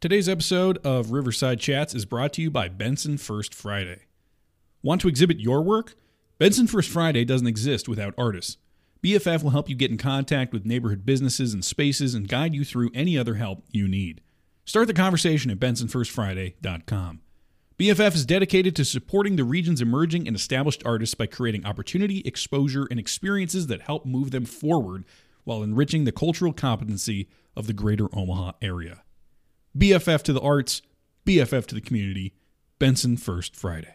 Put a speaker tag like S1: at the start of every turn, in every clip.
S1: Today's episode of Riverside Chats is brought to you by Benson First Friday. Want to exhibit your work? Benson First Friday doesn't exist without artists. BFF will help you get in contact with neighborhood businesses and spaces and guide you through any other help you need. Start the conversation at bensonfirstfriday.com. BFF is dedicated to supporting the region's emerging and established artists by creating opportunity, exposure, and experiences that help move them forward while enriching the cultural competency of the greater Omaha area. BFF to the arts, BFF to the community, Benson First Friday.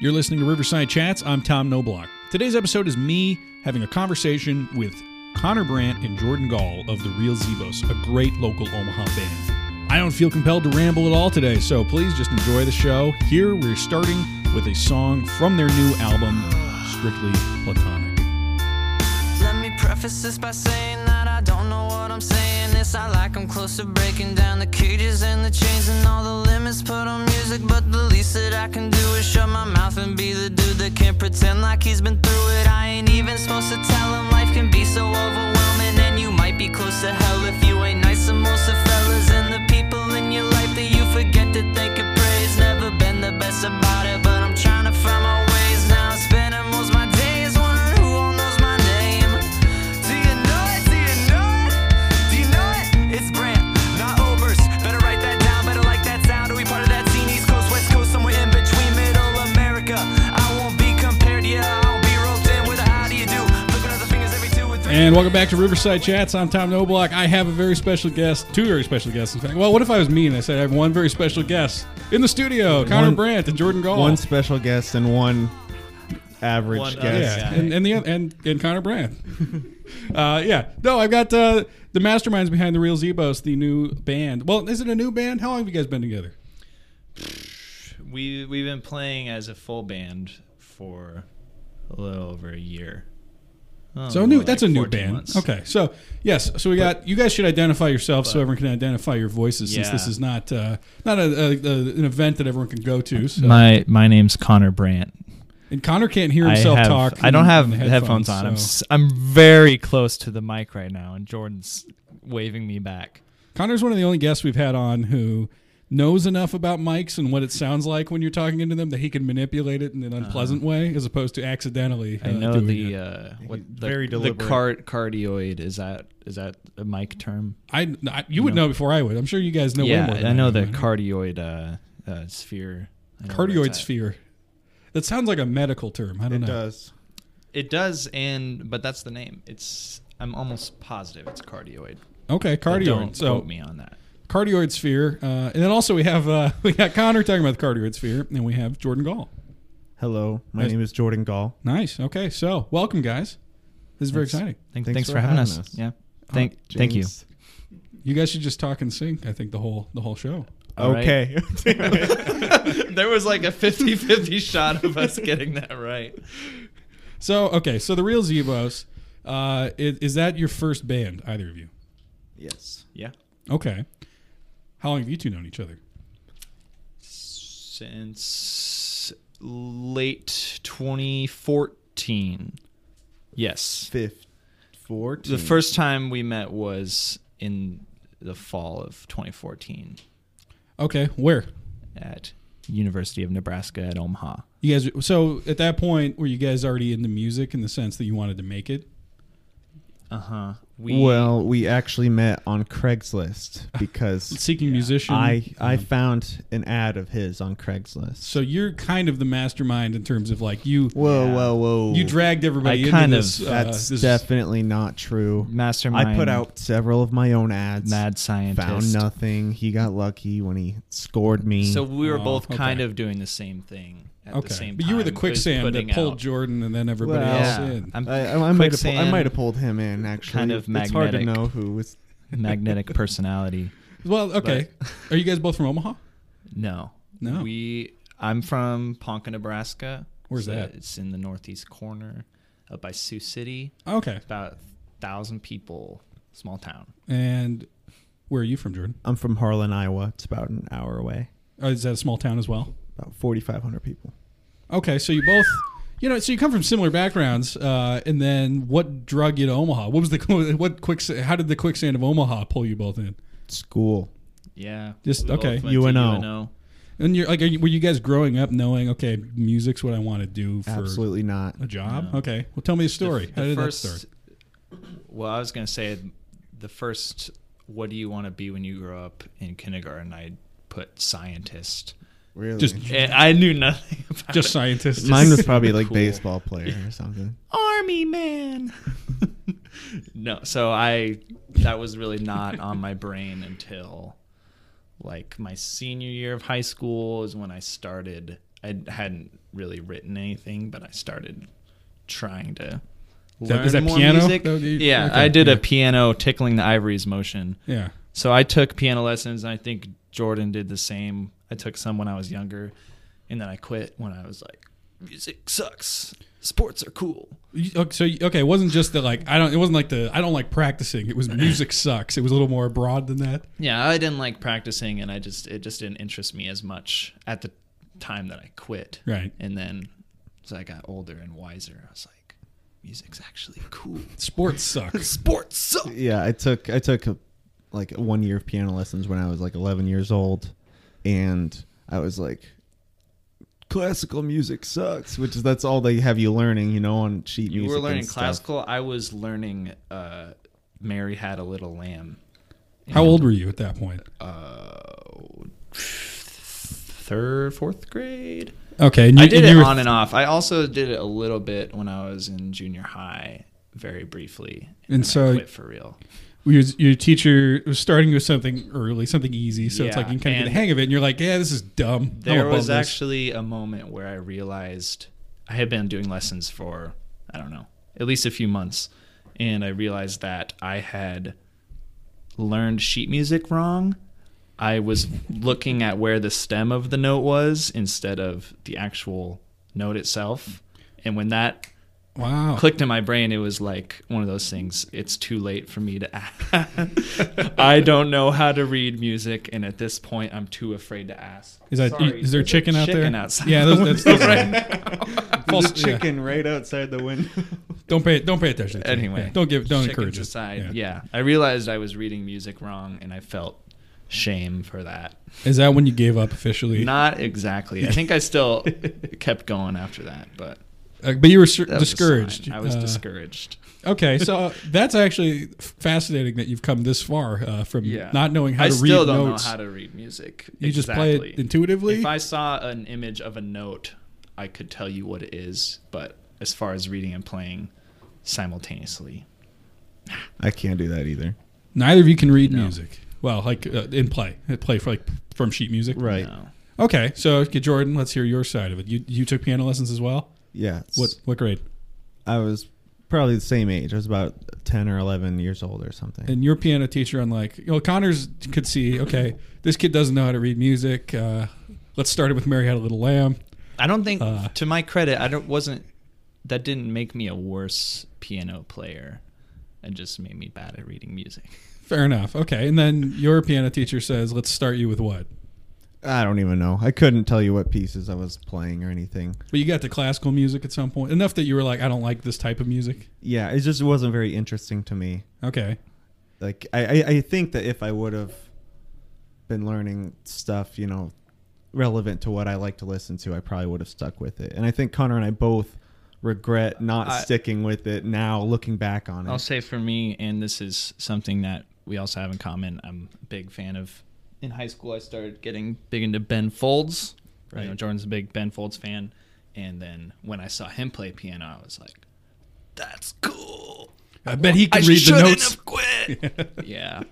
S1: You're listening to Riverside Chats. I'm Tom Noblock. Today's episode is me having a conversation with Connor Brandt and Jordan Gall of The Real Zebos, a great local Omaha band. I don't feel compelled to ramble at all today, so please just enjoy the show. Here we're starting with a song from their new album, Strictly Platonic.
S2: Let me preface this by saying that I don't know what I'm saying. It's not like I'm close to breaking down the cages and the chains and all the limits put on music. But the least that I can do is shut my mouth and be the dude that can't pretend like he's been through it. I ain't even supposed to tell him life can be so overwhelming. And you might be close to hell if you ain't nice to most of fellas and the people in your life that you forget that they could praise. Never been the best about it, but I'm trying to find my ways now. Spending most of my days wondering who all knows my name. Do you know it? Do you know it? Do you know it? It's Brant, not Obers. Better write that down, better like that sound. Are we part of that scene? East Coast, West Coast, somewhere in between Middle America. I won't be compared to you. I'll be roped in with a how do you do? Looking at the fingers every two or three.
S1: And welcome back to Riverside Chats. I'm Tom Noblock. I have a very special guest, two very special guests, in fact. Well, what if I was mean and I said I have one very special guest in the studio, Connor
S3: One-
S1: Brandt and Jordan Gall.
S3: one special guest and one average
S4: One other
S3: guest.
S1: yeah,
S4: guy.
S1: and, and the oth- and and Connor Brandt. uh, yeah, no, I've got uh, the masterminds behind the Real Zebos, the new band. Well, is it a new band? How long have you guys been together?
S4: We we've been playing as a full band for a little over a year. Oh,
S1: So
S4: more
S1: new,
S4: like
S1: that's a new
S4: 14
S1: band.
S4: months.
S1: Okay, so yes, so we got you guys should identify yourselves so
S4: but-
S1: everyone can identify your voices since
S4: Yeah.
S1: this is not uh, not a, a, a- an event that everyone can go to. So.
S4: My my name's Connor Brandt.
S1: and Connor can't hear
S4: I
S1: himself
S4: have,
S1: talk.
S4: I don't
S1: in-
S4: have
S1: in the
S4: headphones, on. I'm
S1: so-
S4: s- I'm very close to the mic right now, and Jordan's waving me back.
S1: Connor's one of the only guests we've had on who knows enough about mics and what it sounds like when you're talking into them that he can manipulate it in an unpleasant way as opposed to accidentally.
S4: Uh-huh. I
S1: uh,
S4: know
S1: doing
S4: the
S1: it.
S4: uh, what the,
S3: Very
S4: the
S3: deliberate.
S4: car- cardioid is that is that a mic term?
S1: I, I- you would know before I would. I'm sure you guys know. way
S4: yeah,
S1: more than
S4: I know the
S1: do.
S4: cardioid uh, uh, sphere. I know where it's
S1: cardioid
S4: at.
S1: sphere. That sounds like a medical term. I don't know.
S3: It does.
S4: It does, and but that's the name. It's I'm almost positive it's cardioid.
S1: Okay,
S4: But
S1: cardioid.
S4: Don't
S1: so
S4: quote me on that.
S1: cardioid sphere, uh, and then also we have uh, we got Connor talking about the cardioid sphere, and we have Jordan Gall.
S3: Hello, my
S1: Nice.
S3: name is Jordan Gall.
S1: Nice. Okay, so welcome guys. This is very
S4: Thanks.
S1: exciting.
S4: Thank,
S3: Thanks
S4: thanks,
S3: for
S4: for having,
S3: having
S4: us.
S3: us.
S4: Yeah. Thank thank you.
S3: James.
S1: You guys should just talk and sync. I think the whole the whole show.
S4: All right.
S3: Okay.
S4: there was like a 50-50 shot of us getting that right.
S1: So okay, so the real Zebos, uh, is, is that your first band? Either of you?
S3: yes.
S4: Yeah.
S1: Okay. How long have you two known each other?
S4: Since late 2014. Yes.
S3: Fifth, fourteen.
S4: The first time we met was in the fall of 2014
S1: Okay, where
S4: at University of Nebraska at Omaha.
S1: you guys? So at that point, were you guys already into music in the sense that you wanted to make it?
S4: Uh-huh. We
S3: Well, we actually met on Craigslist because
S1: Seeking musician.
S3: I I found an ad of his on Craigslist.
S1: so you're kind of the mastermind in terms of like you
S3: whoa,
S4: Yeah.
S3: whoa, whoa!
S1: you dragged everybody
S4: I
S1: into
S4: kind of-
S1: this. uh,
S3: That's
S1: this-
S3: definitely not true.
S4: mastermind
S3: I put out several of my own ads.
S4: mad scientist.
S3: Found nothing. He got lucky when he scored me.
S4: So we were
S1: Oh,
S4: both kind
S1: okay.
S4: of doing the same thing at
S1: Okay,
S4: the same time.
S1: but you were the
S4: but
S1: quicksand that
S4: putting
S1: pulled
S4: out-
S1: Jordan and then everybody
S3: Well,
S1: else
S4: Yeah.
S1: in.
S4: I'm
S3: I, I, I might have pulled, I
S4: Quicksand.
S3: might have pulled him in actually.
S4: Kind of
S3: It's hard to
S4: magnetic.
S3: know who was.
S4: magnetic personality.
S1: Well, okay. Are you guys both from Omaha?
S4: No.
S1: No.
S4: We I'm from Ponca, Nebraska.
S1: Where's that?
S4: It's in the northeast corner up by Sioux City.
S1: Okay.
S4: About 1,000 people, small town.
S1: And where are you from, Jordan?
S3: I'm from Harlan, Iowa. It's about an hour away.
S1: Oh, is that a small town as well?
S3: About 4,500 people.
S1: Okay, so you both, you know, so you come from similar backgrounds, uh, and then what drug you to Omaha? What was the what quicksand? How did the quicksand of Omaha pull you both in?
S3: School.
S4: Yeah.
S1: Just-
S4: we both
S1: okay.
S4: went to
S3: UNO.
S1: And you're like, are you, were you guys growing up knowing, okay, music's what I want to do for
S3: Absolutely not.
S1: a job?
S4: No.
S1: Okay, well, tell me a story.
S4: The,
S1: How did
S4: first,
S1: that start?
S4: Well, I was gonna say the first. What do you want to be when you grow up in kindergarten? I put scientist.
S3: Really?
S1: Just,
S4: And Eh, I knew nothing about
S1: just
S4: it.
S1: scientists.
S3: Mine was probably like
S4: Cool.
S3: baseball player or something.
S4: army man. no, so I that was really not on my brain until like my senior year of high school is when I started. I hadn't really written anything, but I started trying to.
S1: that- is
S4: learn
S1: that
S4: more
S1: piano?
S4: music.
S1: That would be-
S4: yeah,
S1: okay,
S4: I did
S1: yeah.
S4: a piano tickling the ivories motion.
S1: yeah.
S4: So I took piano lessons, and I think Jordan did the same. I took some when I was younger, and then I quit when I was like, music sucks. Sports are cool.
S1: You- okay, So you- okay, it wasn't just the like I don't. It wasn't like the I don't like practicing. It was music sucks. It was a little more broad than that.
S4: Yeah, I didn't like practicing, and I just it just didn't interest me as much at the time that I quit.
S1: Right.
S4: And then as I got older and wiser, I was like, music's actually cool.
S1: Sports sucks.
S4: Sports suck.
S3: Yeah, I took I took a, like one year of piano lessons when I was like 11 years old, and I was like, classical music sucks, which is that's all they have you learning, you know, on sheet
S4: You
S3: music.
S4: were learning
S3: and stuff.
S4: classical. I was learning uh, "Mary Had a Little Lamb."
S1: How old were you at that point?
S4: Third, fourth grade.
S1: Okay, and you,
S4: I did
S1: and
S4: it
S1: you were-
S4: on and off. I also did it a little bit when I was in junior high, very briefly.
S1: And
S4: then I
S1: so-
S4: quit for real.
S1: your, your teacher was starting with something early, something easy, so it's
S4: Yeah,
S1: like you can kind of get the
S4: and-
S1: hang of it, and you're like, yeah, this is dumb. I'm
S4: There
S1: above
S4: was
S1: this.
S4: actually a moment where I realized I had been doing lessons for, I don't know, at least a few months. And I realized that I had learned sheet music wrong. I was looking at where the stem of the note was instead of the actual note itself. And when that
S1: wow.
S4: clicked in my brain, it was like one of those things. It's too late for me to. ask. I don't know how to read music, and at this point, I'm too afraid to ask.
S1: Is that
S4: Sorry,
S1: is there
S4: there's a
S1: chicken out
S4: chicken
S1: there?
S4: outside
S1: Yeah,
S4: the
S1: those, that's right.
S3: False
S1: False
S3: chicken right outside the window.
S1: Don't pay don't pay attention. To it.
S4: Anyway,
S1: Yeah, don't give don't
S4: chickens
S1: encourage it.
S4: Aside, yeah. I realized I was reading music wrong, and I felt shame for that.
S1: Is that when you gave up officially?
S4: Not exactly. I think I still kept going after that, but
S1: Uh, but you were cer-
S4: that was a
S1: discouraged.
S4: sign. I was
S1: Uh,
S4: discouraged.
S1: Okay, so uh, that's actually fascinating that you've come this far uh, from
S4: Yeah,
S1: not knowing how
S4: I
S1: to
S4: still
S1: read
S4: don't
S1: notes.
S4: know how to read music.
S1: you just play it
S4: Exactly.
S1: intuitively.
S4: If I saw an image of a note, I could tell you what it is, but as far as reading and playing simultaneously,
S3: I can't do that either.
S1: Neither of you can read music. Well, like uh, in play, Uh, play for like from sheet music.
S3: Right.
S4: no.
S1: Okay, so okay, Jordan, let's hear your side of it. You you took piano lessons as well.
S3: Yeah.
S1: What what grade?
S3: I was probably the same age. I was about 10 or 11 years old or something.
S1: And your piano teacher, unlike you know, Connors, could see. Okay, this kid doesn't know how to read music. Uh, let's start it with Mary Had a Little Lamb.
S4: I don't think,
S1: Uh.
S4: to my credit, I don't wasn't. That didn't make me a worse piano player. It just made me bad at reading music.
S1: Fair enough. Okay, and then your piano teacher says, "Let's start you with what?"
S3: I don't even know. I couldn't tell you what pieces I was playing or anything.
S1: But you got to classical music at some point enough that you were like, "I don't like this type of music."
S3: Yeah, it just wasn't very interesting to me.
S1: Okay,
S3: Like I, I, I think that if I would have been learning stuff, you know, relevant to what I like to listen to, I probably would have stuck with it. And I think Connor and I both regret not
S4: I-
S3: sticking with it now looking back on it.
S4: I'll say for me, and this is something that we also have in common. I'm a big fan of. In high school, I started getting big into Ben Folds. You know,
S3: Right.
S4: Jordan's a big Ben Folds fan, and then when I saw him play piano, I was like, "That's cool."
S1: I bet he can
S4: I
S1: read the
S4: shouldn't
S1: notes.
S4: have quit. yeah,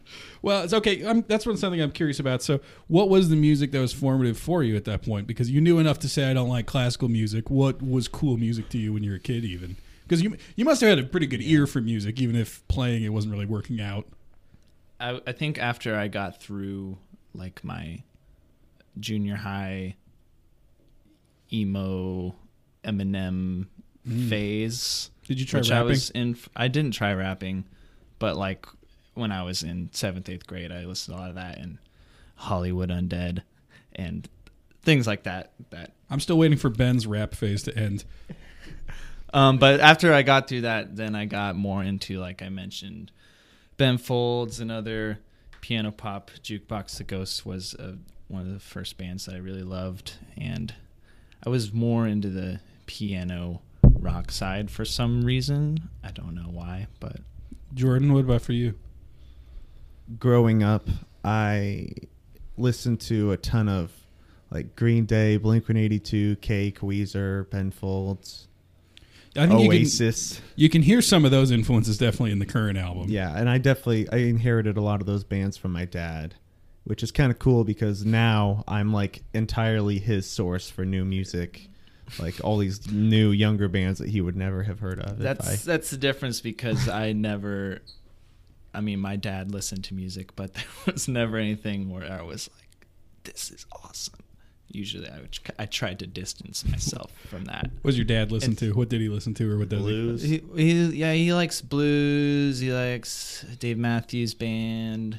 S1: Well, it's okay. i that's one something I'm curious about. So, what was the music that was formative for you at that point? Because you knew enough to say I don't like classical music. What was cool music to you when you were a kid, even? Because you you must have had a pretty good ear for music, even if playing it wasn't really working out.
S4: I, I think after I got through like my junior high emo Eminem phase.
S1: Mm. Did you try
S4: which I
S1: rapping?
S4: was in. I didn't try rapping, but like when I was in seventh, eighth grade, I listened to a lot of that and Hollywood Undead and things like that. That
S1: I'm still waiting for Ben's rap phase to end.
S4: um, but after I got through that, then I got more into like I mentioned, Ben Folds and other piano pop jukebox the ghost was uh, one of the first bands that i really loved and i was more into the piano rock side for some reason i don't know why but
S1: Jordan, what about for you?
S3: growing up, I listened to a ton of like Green Day, Blink One Eighty Two, Cake, Weezer, Ben Folds,
S1: I You can,
S3: Oasis.
S1: you can hear some of those influences definitely in the current album.
S3: Yeah, and I definitely I inherited a lot of those bands from my dad, which is kind of cool because now I'm like entirely his source for new music. Like all these new younger bands that he would never have heard of. if
S4: that's
S3: I,
S4: that's the difference because i never i mean my dad listened to music but there was never anything where i was like this is awesome usually i, would, I tried to distance myself from that
S1: What does your dad listen
S4: And-
S1: to? What did he listen to, or what does
S3: blues.
S4: He, he, yeah, he likes blues. He likes Dave Matthews Band.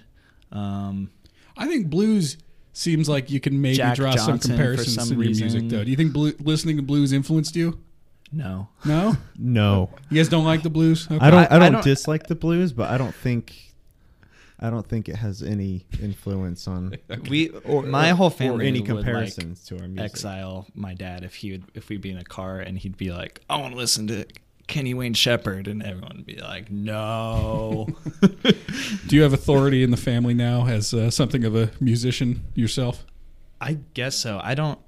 S4: Um,
S1: he? I think blues seems like you can maybe
S4: Jack
S1: draw
S4: Johnson
S1: some
S4: for
S1: comparisons
S4: some
S1: to your music,
S4: reason.
S1: though. Do you think blue, listening to blues influenced you?
S4: no,
S1: No,
S3: No,
S1: you guys don't like the blues. Okay.
S3: I don't.
S4: I-
S3: I,
S4: I
S3: don't
S4: don't-
S3: dislike the blues, but I don't think. I don't think it has any influence on
S4: we my whole
S3: or
S4: family
S3: any
S4: would like
S3: comparisons to our music.
S4: exile my dad if he would if we'd be in a car and he'd be like, I want to listen to Kenny Wayne Shepherd, and everyone would be like, No.
S1: Do you have authority in the family now as uh, something of a musician yourself?
S4: I guess so. I don't.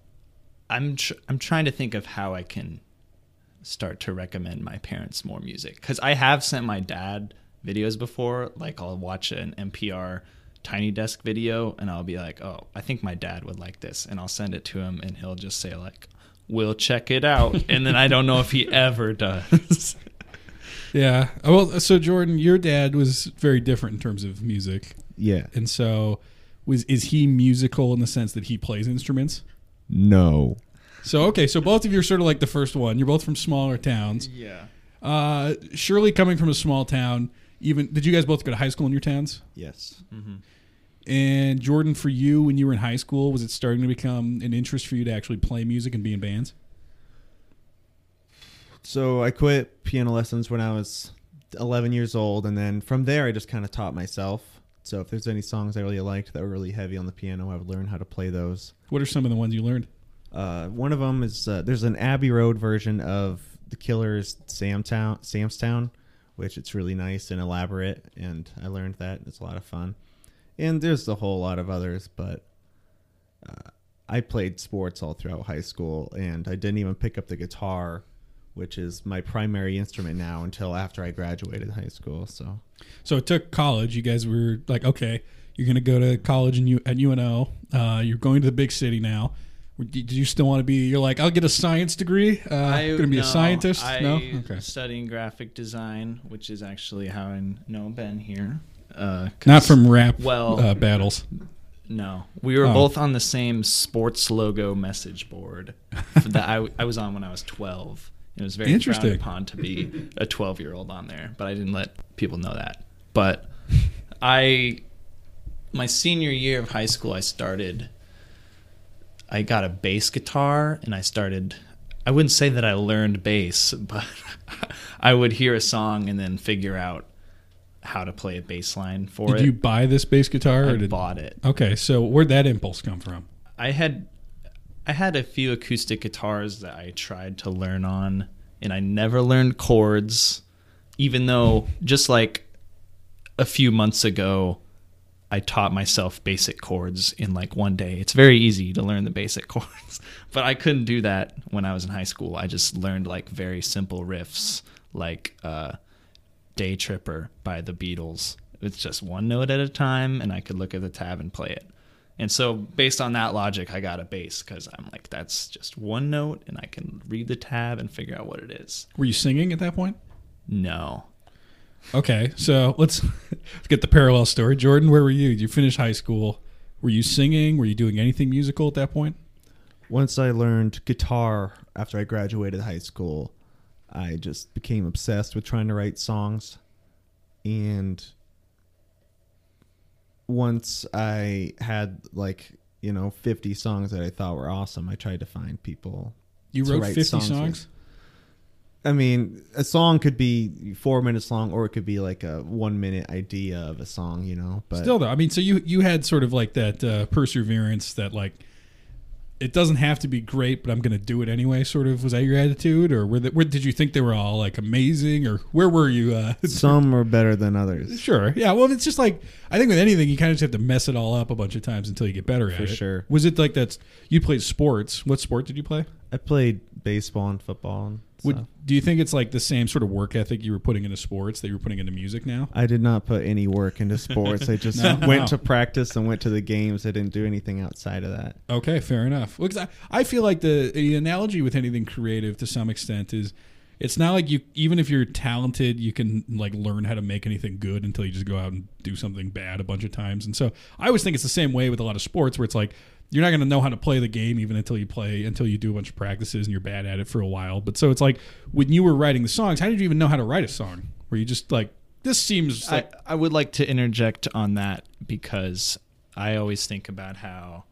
S4: I'm tr- I'm trying to think of how I can start to recommend my parents more music because I have sent my dad videos before. Like I'll watch an NPR Tiny Desk video and I'll be like, "Oh, I think my dad would like this," and I'll send it to him and he'll just say like, "We'll check it out," and then I don't know if he ever does.
S1: Yeah. Oh, Well, so Jordan, your dad was very different in terms of music,
S3: Yeah.
S1: and so was is he musical in the sense that he plays instruments?
S3: No.
S1: So okay, so both of you are sort of like the first one. You're both from smaller towns.
S4: yeah.
S1: Uh, surely coming from a small town, even did you guys both go to high school in your towns?
S3: Yes.
S4: Hmm.
S1: And Jordan, for you, when you were in high school, was it starting to become an interest for you to actually play music and be in bands?
S3: So I quit piano lessons when I was 11 years old, and then from there I just kind of taught myself. So if there's any songs I really liked that were really heavy on the piano, I would learn how to play those.
S1: What are some of the ones you learned?
S3: Uh, one of them is uh, there's an Abbey Road version of The Killer's Samtown, Sam's Town, which it's really nice and elaborate, and I learned that. and It's a lot of fun. And there's a whole lot of others, but uh, I played sports all throughout high school, and I didn't even pick up the guitar, which is my primary instrument now until after I graduated high school. So
S1: So it took college. You guys were like, okay, you're going to go to college in U- at UNO. Uh, you're going to the big city now. Did you still want to be? You're like, I'll get a science degree. Uh, I'm going to be a
S4: no,
S1: scientist.
S4: I
S1: no, okay.
S4: Studying graphic design, which is actually how I know Ben here. Uh, 'cause-
S1: Not from rap
S4: Well-
S1: uh, battles.
S4: No, we were
S1: Oh.
S4: both on the same sports logo message board that I, I was on when I was 12. It was very
S1: Interesting.
S4: frowned upon to be a 12 year old on there, but I didn't let people know that. But I, my senior year of high school, I started. I got a bass guitar and I started. I wouldn't say that I learned bass, but I would hear a song and then figure out how to play a bass line for
S1: Did
S4: it.
S1: you buy this bass guitar?
S4: I
S1: or did,
S4: bought it.
S1: Okay, so where'd that impulse come from?
S4: I had I had a few acoustic guitars that I tried to learn on and I never learned chords even though just like a few months ago I taught myself basic chords in like one day. It's very easy to learn the basic chords, but I couldn't do that when I was in high school. I just learned like very simple riffs like uh Day Tripper by the Beatles. It's just one note at a time, and I could look at the tab and play it. And so, based on that logic, I got a bass because I'm like, that's just one note, and I can read the tab and figure out what it is.
S1: Were you singing at that point?
S4: No.
S1: Okay, so let's, let's get the parallel story. Jordan, where were you? You finished high school. Were you singing? Were you doing anything musical at that point?
S3: once I learned guitar after I graduated high school, I just became obsessed with trying to write songs. And once I had like, you know, 50 songs that I thought were awesome, I tried to find people.
S1: You
S3: to
S1: wrote
S3: write
S1: 50
S3: songs with.
S1: songs?
S3: I mean, a song could be four minutes long, or it could be like a one minute idea of a song, you know. But
S1: Still though, I mean, so you you had sort of like that uh, perseverance that like it doesn't have to be great, but I'm going to do it anyway. Sort of was that your attitude, or were the, where did you think they were all like amazing, or where were you? Uh,
S3: some are better than others,
S1: sure, yeah. Well, it's just like I think with anything, you kind of just have to mess it all up a bunch of times until you get better at
S3: For
S1: it.
S3: sure.
S1: Was it like that's you played sports? What sport did you play?
S3: I played baseball and football. And
S1: Would,
S3: stuff.
S1: Do you think it's like the same sort of work ethic you were putting into sports that you were putting into music now?
S3: I did not put any work into sports. I just
S1: No.
S3: went to practice and went to the games. I didn't do anything outside of that.
S1: Okay, fair enough. Well, 'cause I, I feel like the, the analogy with anything creative to some extent is it's not like you even if you're talented you can like learn how to make anything good until you just go out and do something bad a bunch of times and so i always think it's the same way with a lot of sports where it's like you're not going to know how to play the game even until you play until you do a bunch of practices and you're bad at it for a while but so it's like when you were writing the songs how did you even know how to write a song were you just like this seems like
S4: I, I would like to interject on that because I always think about how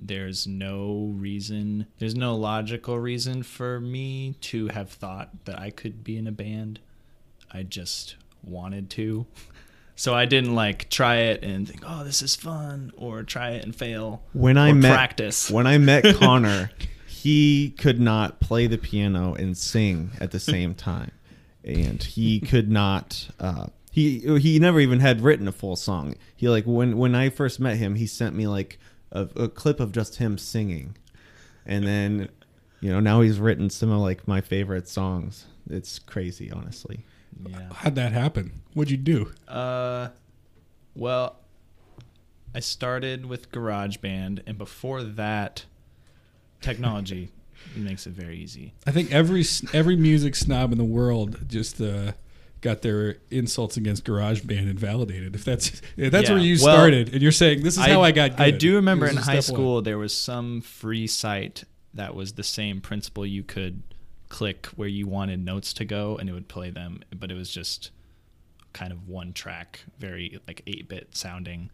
S4: there's no reason, there's no logical reason for me to have thought that I could be in a band. I just wanted to. So I didn't like try it and think, oh, this is fun, or try it and fail.
S3: When I
S4: or
S3: met
S4: practice.
S3: when I met Connor, he could not play the piano and sing at the same time, and he could not. Uh, he he never even had written a full song. He like when when I first met him, he sent me like a, a clip of just him singing, and then you know now he's written some of like my favorite songs. It's crazy, honestly.
S4: yeah.
S1: how'd that happen what'd you do
S4: Uh, well, I started with GarageBand, and before that, technology makes it very easy.
S1: I think every every music snob in the world just uh, got their insults against GarageBand invalidated. If that's if that's
S4: Yeah.
S1: where you
S4: Well,
S1: started, and you're saying this is how I got. Good.
S4: I do remember
S1: This
S4: in
S1: is
S4: high
S1: step one.
S4: school there was some free site that was the same principle. You could click where you wanted notes to go, and it would play them, but it was just kind of one track, very like eight bit sounding.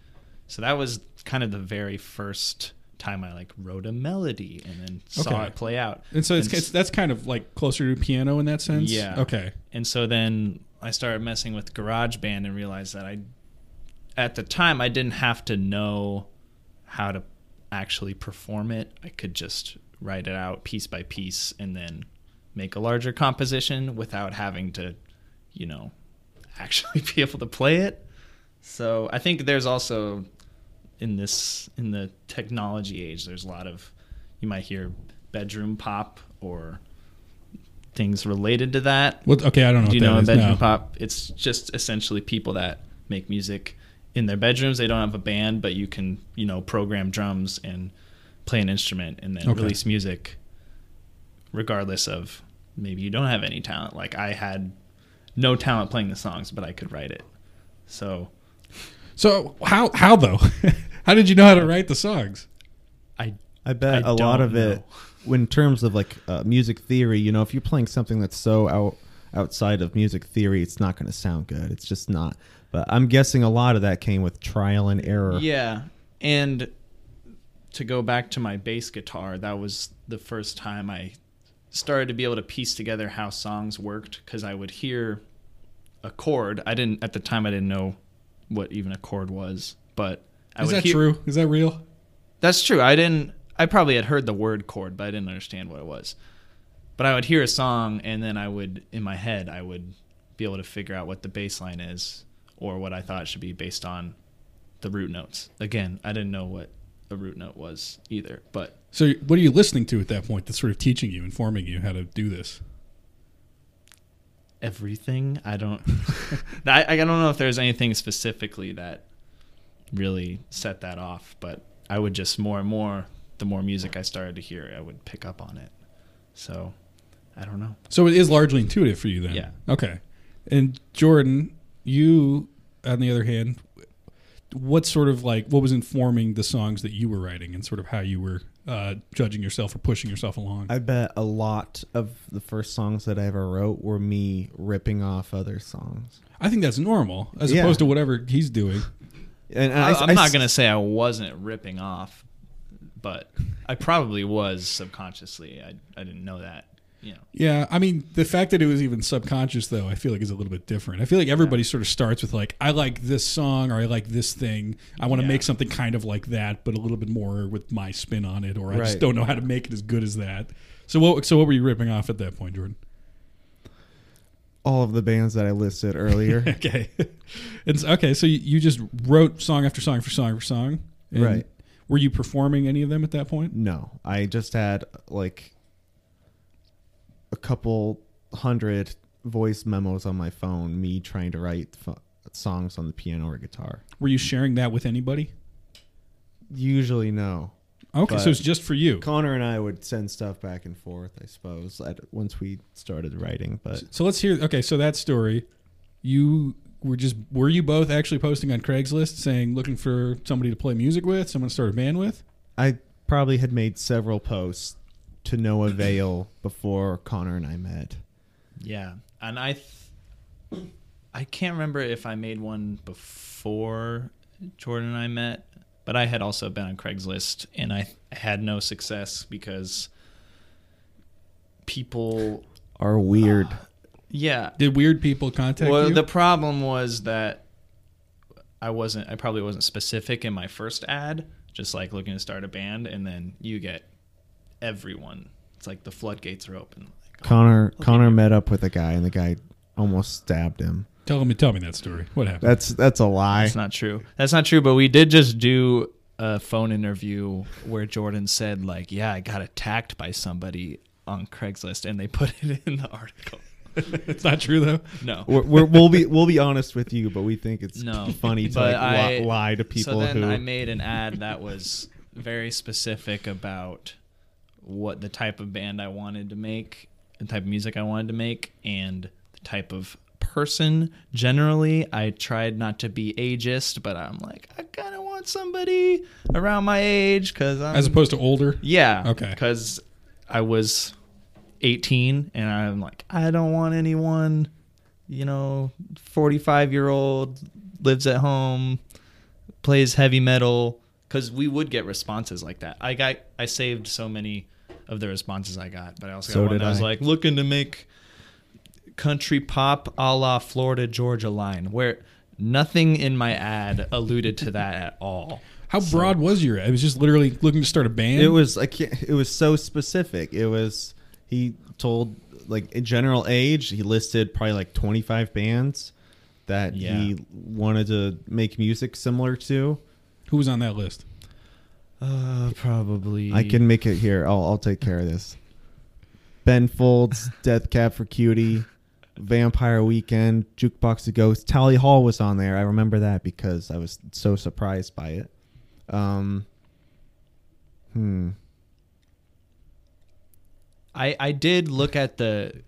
S4: So that was kind of the very first time I like wrote a melody and then saw
S1: Okay.
S4: it play out.
S1: and so it's,
S4: s-
S1: it's that's kind of like closer to piano in that sense.
S4: Yeah.
S1: Okay.
S4: And so then I started messing with GarageBand and realized that I, at the time, I didn't have to know how to actually perform it. I could just write it out piece by piece and then make a larger composition without having to, you know, actually be able to play it. So I think there's also in this in the technology age there's a lot of you might hear bedroom pop or things related to that
S1: What? Okay. I don't know.
S4: do
S1: what
S4: you know
S1: that
S4: a
S1: is,
S4: bedroom
S1: no.
S4: pop? It's just essentially people that make music in their bedrooms. They don't have a band, but you can, you know, program drums and play an instrument and then
S1: Okay.
S4: release music regardless of maybe you don't have any talent. Like I had no talent playing the songs, but I could write it. So
S1: So how how though? how did you know how to write the songs?
S4: I
S3: I bet
S4: I
S3: a lot
S4: don't
S3: of it, in terms of like uh, music theory, you know, if you're playing something that's so out outside of music theory, it's not going to sound good. It's just not. But I'm guessing a lot of that came with trial and error.
S4: Yeah. And to go back to my bass guitar, that was the first time I started to be able to piece together how songs worked because I would hear a chord. I didn't, at the time, I didn't know what even a chord was, but I
S1: Is
S4: would
S1: that
S4: hear-
S1: true? Is that real?
S4: That's true. I didn't, I probably had heard the word chord, but I didn't understand what it was. But I would hear a song and then I would, in my head, I would be able to figure out what the bass line is or what I thought should be based on the root notes. Again, I didn't know what a root note was either, but
S1: So what are you listening to at that point? That's sort of teaching you, informing you how to do this.
S4: everything, I don't, I, I don't know if there's anything specifically that really set that off, but I would just more and more, the more music I started to hear, I would pick up on it. So I don't know.
S1: So it is largely intuitive for you then.
S4: Yeah.
S1: Okay. And Jordan, you on the other hand, what sort of like what was informing the songs that you were writing and sort of how you were uh, judging yourself or pushing yourself along?
S3: I bet a lot of the first songs that I ever wrote were me ripping off other songs.
S1: I think that's normal as
S3: Yeah.
S1: opposed to whatever he's doing.
S3: And
S4: I,
S3: I,
S4: am not going to say I wasn't ripping off, but I probably was subconsciously. I, I didn't know that. you know.
S1: Yeah, I mean, the fact that it was even subconscious, though, I feel like is a little bit different. I feel like everybody sort of starts with like, I like this song or I like this thing. I want to
S4: Yeah.
S1: make something kind of like that, but a little bit more with my spin on it, or I just
S3: Right.
S1: don't know how to make it as good as that. So what? So what were you ripping off at that point, Jordan?
S3: All of the bands that I listed earlier.
S1: Okay, it's okay. So you, you just wrote song after song after song after song, and
S3: Right.
S1: Were you performing any of them at that point?
S3: no, I just had like a couple hundred voice memos on my phone. Me trying to write f- songs on the piano or guitar.
S1: Were you sharing that with anybody?
S3: Usually, no.
S1: Okay,
S3: But-
S1: so it's just for you.
S3: Connor and I would send stuff back and forth, I suppose, at, once we started writing. But
S1: So let's hear. Okay, so that story, you were just were you both actually posting on Craigslist saying looking for somebody to play music with, someone to start a band with?
S3: I probably had made several posts to no avail before Connor and I met.
S4: Yeah, and I, th- I can't remember if I made one before Jordan and I met, but I had also been on Craigslist and I had no success because people.
S3: Are weird.
S4: Yeah,
S1: Did weird people contact
S4: well,
S1: you?
S4: the problem was that I wasn't. I probably wasn't specific in my first ad, just like looking to start a band, and then you get everyone. It's like the floodgates are open. Like,
S3: Connor Connor met up with a guy and the guy almost stabbed him.
S1: tell me, tell me that story. What happened?
S3: That's that's a lie.
S4: That's not true. That's not true. But we did just do a phone interview where Jordan said, like, yeah, I got attacked by somebody on Craigslist, and they put it in the article.
S1: it's not true though.
S4: No.
S3: We're, we're, we'll be we'll be honest with you, but we think it's
S4: No,
S3: funny to
S4: but
S3: like,
S4: I-
S3: li- lie to people
S4: so then
S3: who
S4: I made an ad that was very specific about what the type of band I wanted to make, the type of music I wanted to make, and the type of person. Generally, I tried not to be ageist, but I'm like, I kind of want somebody around my age because I'm
S1: As opposed to older.
S4: yeah.
S1: Okay.
S4: Because I was 18 and I'm like, I don't want anyone, you know, 45 year old, lives at home, plays heavy metal. Because we would get responses like that. I got, I saved so many of the responses I got, but I also
S3: So
S4: got one
S3: did
S4: that was
S3: I.
S4: like, looking to make country pop a la Florida Georgia line, where nothing in my ad alluded to that at all.
S1: How broad was your? It was just literally looking to start a band.
S3: It was I can't, it was so specific. It was he told like in general age. He listed probably like twenty five bands that
S4: Yeah.
S3: he wanted to make music similar to.
S1: Who was on that list?
S4: Uh, probably.
S3: I can make it here. I'll I'll take care of this. Ben Folds, Death Cab for Cutie, Vampire Weekend, Jukebox of Ghosts, Tally Hall was on there. I remember that because I was so surprised by it. Um, hmm.
S4: I I did look at the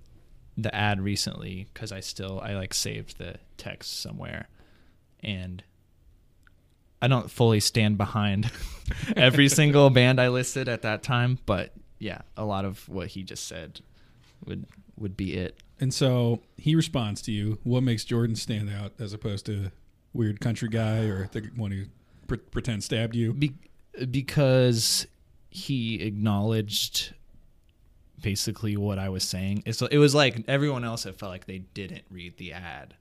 S4: the ad recently because I still I like saved the text somewhere, and I don't fully stand behind every single band I listed at that time, but yeah, a lot of what he just said would would be it.
S1: And so he responds to you. What makes Jordan stand out as opposed to weird country guy or the one who pre- pretend stabbed you?
S4: Be- because he acknowledged basically what I was saying. It's, it was like everyone else it felt like they didn't read the ad.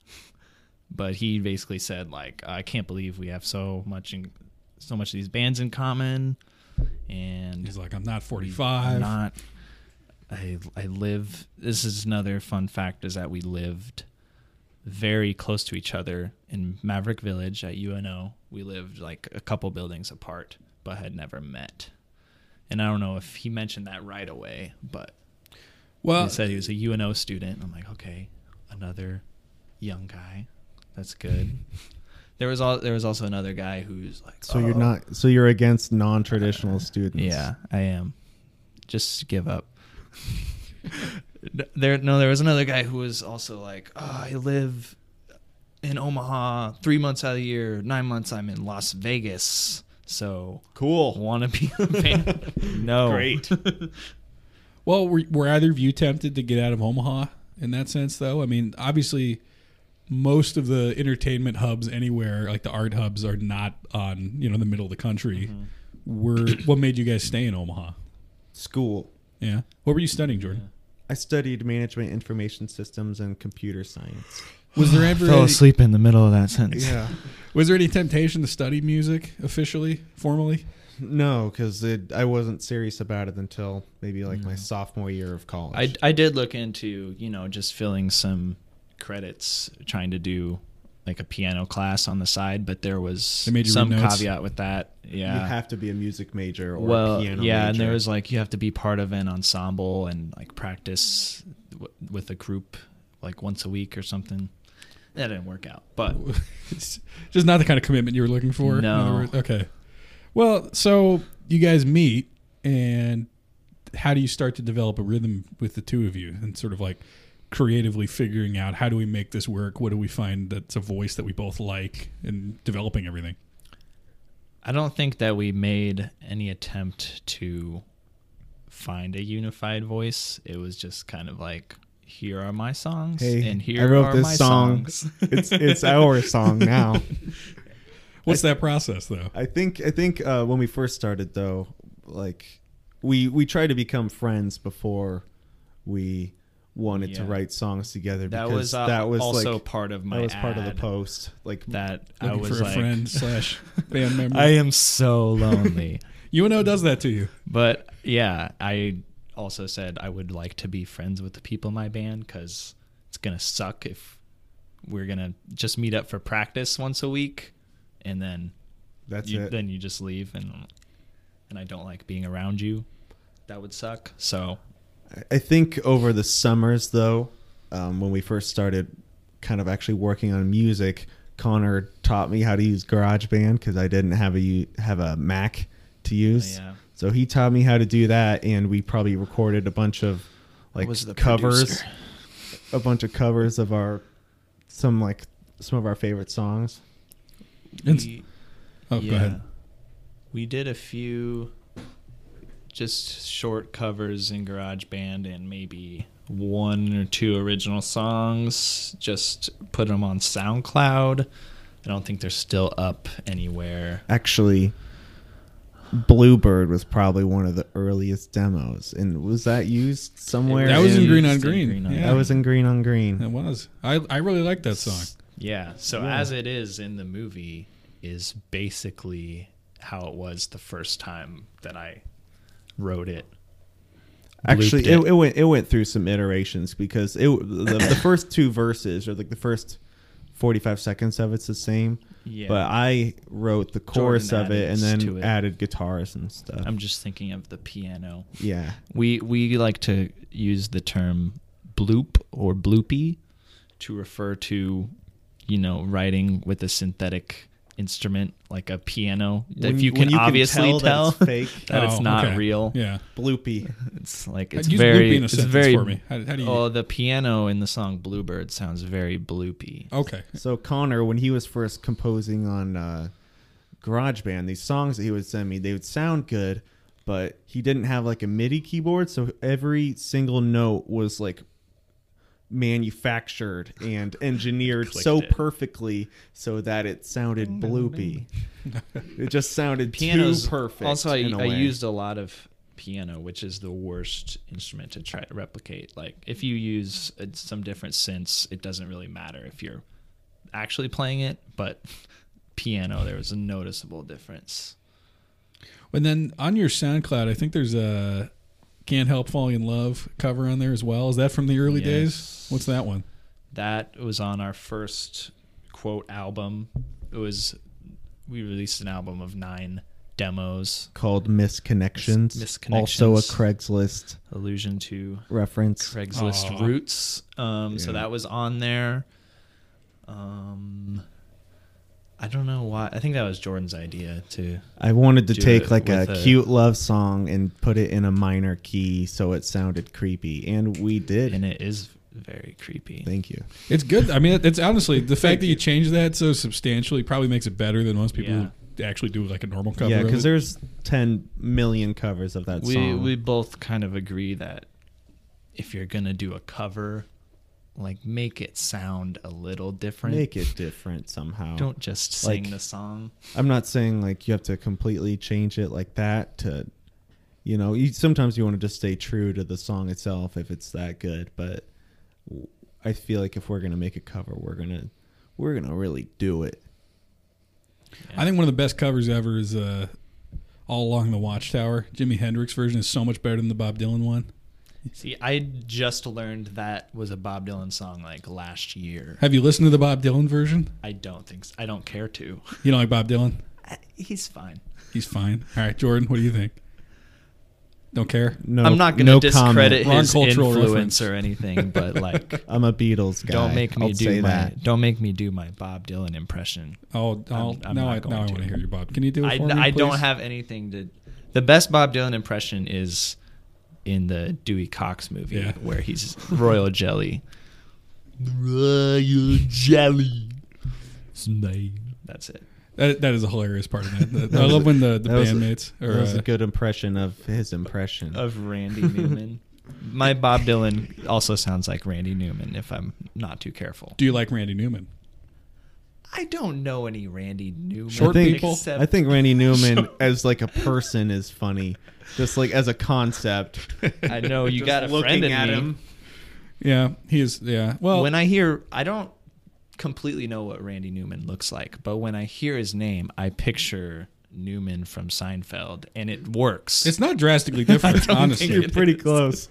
S4: But he basically said like I can't believe we have so much in, so much of these bands in common and
S1: He's like, I'm not 45.
S4: I'm not I I live this is another fun fact is that we lived very close to each other in Maverick Village at UNO. We lived like a couple buildings apart but had never met. And I don't know if he mentioned that right away, but
S1: well,
S4: he said he was a UNO student. I'm like, okay, another young guy. That's good. there was all there was also another guy who's like
S3: So you're
S4: "Oh,
S3: not. So you're against non-traditional students.
S4: yeah, I am. Just give up. there, no, there was another guy who was also like, oh, I live in Omaha three months out of the year. Nine months, I'm in Las Vegas. So cool. Want to be a fan? Oh. no. Great.
S1: Well, were, were either of you tempted to get out of Omaha in that sense, though? I mean, obviously, most of the entertainment hubs anywhere, like the art hubs, are not on you know the middle of the country. Were what made you guys stay in Omaha?
S3: School.
S1: Yeah, what were you studying, Jordan?
S3: I I studied management information systems and computer science.
S1: Was there ever
S4: Fell
S1: any,
S4: asleep in the middle of that sentence.
S3: Yeah.
S1: was there any temptation to study music officially, formally?
S3: no, because I wasn't serious about it until maybe like
S4: Mm.
S3: my sophomore year of college.
S4: I, I did look into, you know, just filling some credits, trying to do like a piano class on the side, but there was
S1: They made you
S4: some
S1: read notes?
S4: caveat with that. Yeah.
S3: you have to be a music major or
S4: well,
S3: a piano
S4: yeah, and there
S3: major.
S4: was like you have to be part of an ensemble and like practice w- with a group like once a week or something. That didn't work out, but
S1: It's just not the kind of commitment you were looking for. in other
S4: No.
S1: words? Okay. Well, so you guys meet, and how do you start to develop a rhythm with the two of you, and sort of like creatively figuring out how do we make this work? What do we find that's a voice that we both like, and developing everything.
S4: I don't think that we made any attempt to find a unified voice. It was just kind of like, here are my songs,
S3: Hey,
S4: and here
S3: I wrote
S4: are
S3: this
S4: my
S3: song.
S4: songs.
S3: it's it's our song now.
S1: What's that process though?
S3: I think I think uh, when we first started though, like we we tried to become friends before we wanted to
S4: Yeah.
S3: write songs together
S4: that
S3: because
S4: was uh,
S3: that was
S4: also
S3: like,
S4: part of my
S3: that was part of the
S4: ad
S3: post. Like
S4: that I
S1: Looking
S4: was
S1: for a
S4: like,
S1: friend slash band member.
S4: I am so lonely.
S1: UNO does that to you.
S4: But yeah, I also said I would like to be friends with the people in my band because it's gonna suck if we're gonna just meet up for practice once a week and then
S3: that's
S4: you,
S3: it.
S4: then you just leave and and I don't like being around you. That would suck. So
S3: I think over the summers, though, um, when we first started kind of actually working on music, Connor taught me how to use GarageBand because I didn't have a u- have a Mac to use.
S4: Yeah.
S3: So he taught me how to do that, and we probably recorded a bunch of like
S4: was the
S3: covers,
S4: producer?
S3: a bunch of covers of our some like some of our favorite songs.
S1: It's-
S4: we-
S1: oh, go ahead.
S4: We did a few just short covers in GarageBand and maybe one or two original songs. Just put them on SoundCloud. I don't think they're still up anywhere.
S3: Actually, Bluebird was probably one of the earliest demos, and was that used somewhere?
S1: That was in
S4: Used
S1: Green on Green. Yeah.
S3: That was in Green on Green.
S1: It was. I, I really like that song.
S4: Yeah. So as it is in the movie is basically how it was the first time that I wrote it.
S3: Actually, it.
S4: looped
S3: It, went it went through some iterations because it the, the first two verses or like the first forty five seconds of it's the same.
S4: Yeah.
S3: But I wrote the chorus
S4: Jordan
S3: of it and
S4: added
S3: then
S4: to it.
S3: added guitars and stuff.
S4: I'm just thinking of the piano.
S3: yeah,
S4: We we like to use the term bloop or bloopy to refer to, you know, writing with a synthetic instrument like a piano.
S3: When-
S4: if you
S3: when
S4: can
S3: you can tell
S4: obviously
S3: that
S4: tell
S3: it's fake.
S4: that it's
S1: Oh,
S4: not
S1: okay.
S4: real.
S1: Yeah.
S3: bloopy.
S4: It's like it's
S1: Use bloopy
S4: very
S1: in a
S4: it's
S1: sentence
S4: very
S1: for me. How- how do you-
S4: Oh, the piano in the song Bluebird sounds very bloopy.
S1: Okay.
S3: So Connor, when he was first composing on uh, GarageBand, these songs that he would send me, they would sound good, but he didn't have like a MIDI keyboard, so every single note was like manufactured and engineered
S4: Clicked
S3: so
S4: it.
S3: perfectly so that it sounded bloopy. it just sounded
S4: Piano's
S3: too perfect.
S4: Also, I,
S3: in a
S4: I
S3: way.
S4: used a lot of piano, which is the worst instrument to try to replicate. Like, if you use uh, some different synths, it doesn't really matter if you're actually playing it, but piano, there was a noticeable difference.
S1: And then on your SoundCloud, I think there's a "Can't Help Falling in Love" cover on there as well. Is that from the early
S4: Yes.
S1: days? What's that one?
S4: That was on our first quote album. It was, we released an album of nine demos,
S3: called Misconnections,
S4: Mis-
S3: also a
S4: Misconnections.
S3: Craigslist
S4: allusion to
S3: reference.
S4: Craigslist
S1: Aw.
S4: Roots. Um, So
S3: Yeah.
S4: that was on there. Um, I don't know why. I think that was Jordan's idea to.
S3: I wanted to
S4: do
S3: take
S4: it
S3: like a,
S4: with a-
S3: cute love song and put it in a minor key so it sounded creepy, and we did.
S4: And it is very creepy.
S3: Thank you.
S1: It's good. I mean, it's honestly the fact that you changed that so substantially probably makes it better than most people
S4: Yeah.
S1: who actually do like a normal cover.
S3: yeah,
S1: of
S3: because
S1: it.
S3: there's ten million covers of that
S4: We
S3: song.
S4: we both kind of agree that if you're gonna do a cover, like make it sound a little different.
S3: Make it different somehow.
S4: Don't just sing
S3: Like-
S4: the song.
S3: I'm not saying like you have to completely change it like that to you know you, sometimes you want to just stay true to the song itself if it's that good but w- i feel like if we're gonna make a cover we're gonna we're gonna really do it
S1: I think one of the best covers ever is uh, "All Along the Watchtower." Jimi Hendrix version is so much better than the Bob Dylan one.
S4: See, I just learned that was a Bob Dylan song like last year.
S1: Have you listened to the Bob Dylan version?
S4: I don't think so. I don't care to.
S1: You don't like Bob Dylan?
S3: Uh,
S4: I- He's fine.
S1: He's fine. All right, Jordan, what do you think? Don't care.
S3: no
S4: I'm not going to
S3: no
S4: discredit
S3: comment.
S1: Wrong
S4: his
S1: cultural
S4: influence
S1: reference.
S4: or anything, but like,
S3: i'm a beatles guy
S4: don't make me
S3: I'll say
S4: do my
S3: that
S4: don't make me do my Bob Dylan impression.
S1: Oh, I'll,
S4: I'm
S1: now
S4: not
S1: I
S4: going
S1: now I
S4: to.
S1: want to hear you, Bob. Can you do it
S4: I,
S1: for me?
S4: I don't
S1: please?
S4: have anything to. The best Bob Dylan impression is in the Dewey Cox movie
S1: Yeah.
S4: where he's Royal Jelly. Royal Jelly. That's it.
S1: That, that is a hilarious part of that. I love when the, the
S3: that was a-
S1: bandmates
S3: that
S1: or
S3: was
S1: uh,
S3: a good impression of his impression
S4: Of Randy Newman. My Bob Dylan also sounds like Randy Newman if I'm not too careful.
S1: do you like Randy Newman?
S4: I don't know any Randy Newman.
S1: Short
S3: I think,
S1: people?
S4: except-
S3: I think Randy Newman as like a person is funny, just like as a concept.
S4: I know you
S3: Just
S4: got a friend
S3: looking
S4: in
S3: at
S4: me.
S3: him.
S1: Yeah, he is. Yeah. Well,
S4: when I hear, I don't completely know what Randy Newman looks like, but when I hear his name, I picture Newman from Seinfeld, and it works.
S1: it's not drastically different,
S4: don't
S1: honestly.
S4: think it-
S3: Pretty close.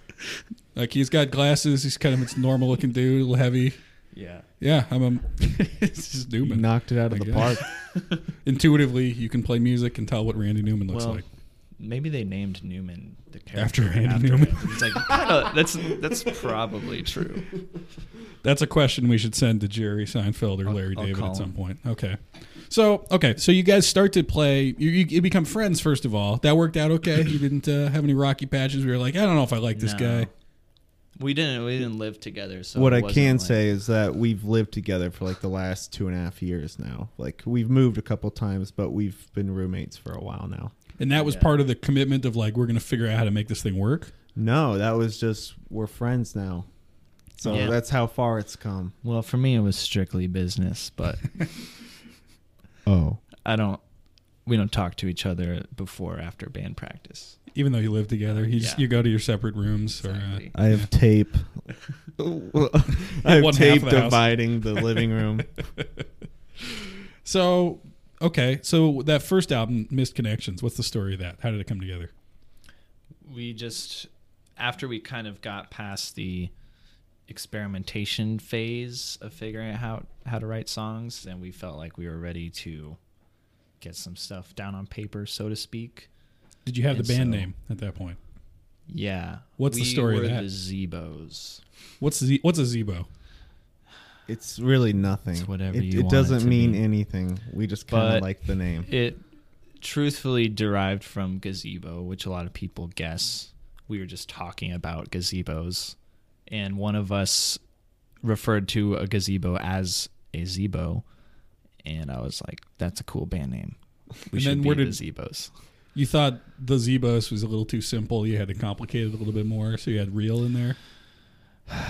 S1: Like he's got glasses. He's kind of it's normal looking dude, a little heavy.
S4: yeah,
S1: Yeah, I'm. um it's just
S3: You
S1: Newman.
S3: knocked it out
S1: I
S3: of the
S1: guess.
S3: park.
S1: Intuitively, you can play music and tell what Randy Newman looks
S4: well,
S1: like.
S4: maybe they named Newman the character
S1: After Randy Newman.
S4: him. It's like I don't- that's that's probably true.
S1: That's a question we should send to Jerry Seinfeld or
S4: I'll-
S1: Larry
S4: I'll
S1: David
S4: call
S1: at some
S4: him.
S1: point. Okay. So okay, so you guys start to play. You, you, you become friends first of all. That worked out okay. you didn't uh, have any rocky patches. We were like, I don't know if I like this
S4: No.
S1: guy.
S4: We didn't we didn't live together, so
S3: what
S4: it
S3: I
S4: wasn't
S3: can
S4: like-
S3: say is that we've lived together for like the last two and a half years now. Like we've moved a couple times, but we've been roommates for a while now.
S1: And that was
S4: Yeah.
S1: part of the commitment of like we're going to figure out how to make this thing work.
S3: No, that was just we're friends now. So
S4: Yeah.
S3: that's how far it's come.
S4: Well, for me, it was strictly business, but
S3: Oh,
S4: I don't. We don't talk to each other before or after band practice.
S1: Even though you live together, you just
S4: Yeah.
S1: you go to your separate rooms or. Uh,
S4: Exactly.
S3: I have tape. I
S1: One half of
S3: have tape
S1: the house.
S3: dividing the living room.
S1: So, okay. So that first album, Missed Connections, what's the story of that? How did it come together?
S4: we just after we kind of got past the experimentation phase of figuring out how, how to write songs then we felt like we were ready to get some stuff down on paper so to speak
S1: Did you have the
S4: And
S1: band
S4: so-
S1: name at that point?
S4: yeah
S1: What's the
S4: We
S1: story of
S4: were
S1: that?
S4: the zebos
S1: What's Z- what's a Zebo?
S3: It's really nothing.
S4: It's whatever
S3: it,
S4: you
S3: it
S4: want it
S3: doesn't
S4: to
S3: mean
S4: be.
S3: anything. We just kind
S4: But
S3: of like the name.
S4: it truthfully derived from gazebo which a lot of people guess we were just talking about gazebos and one of us referred to a gazebo as a zebo and i was like that's a cool band name we
S1: And
S4: should
S1: then
S4: be
S1: where
S4: the
S1: did-
S4: zebos
S1: You thought the Zebos was a little too simple. You had to complicate it a little bit more. So you had real in there.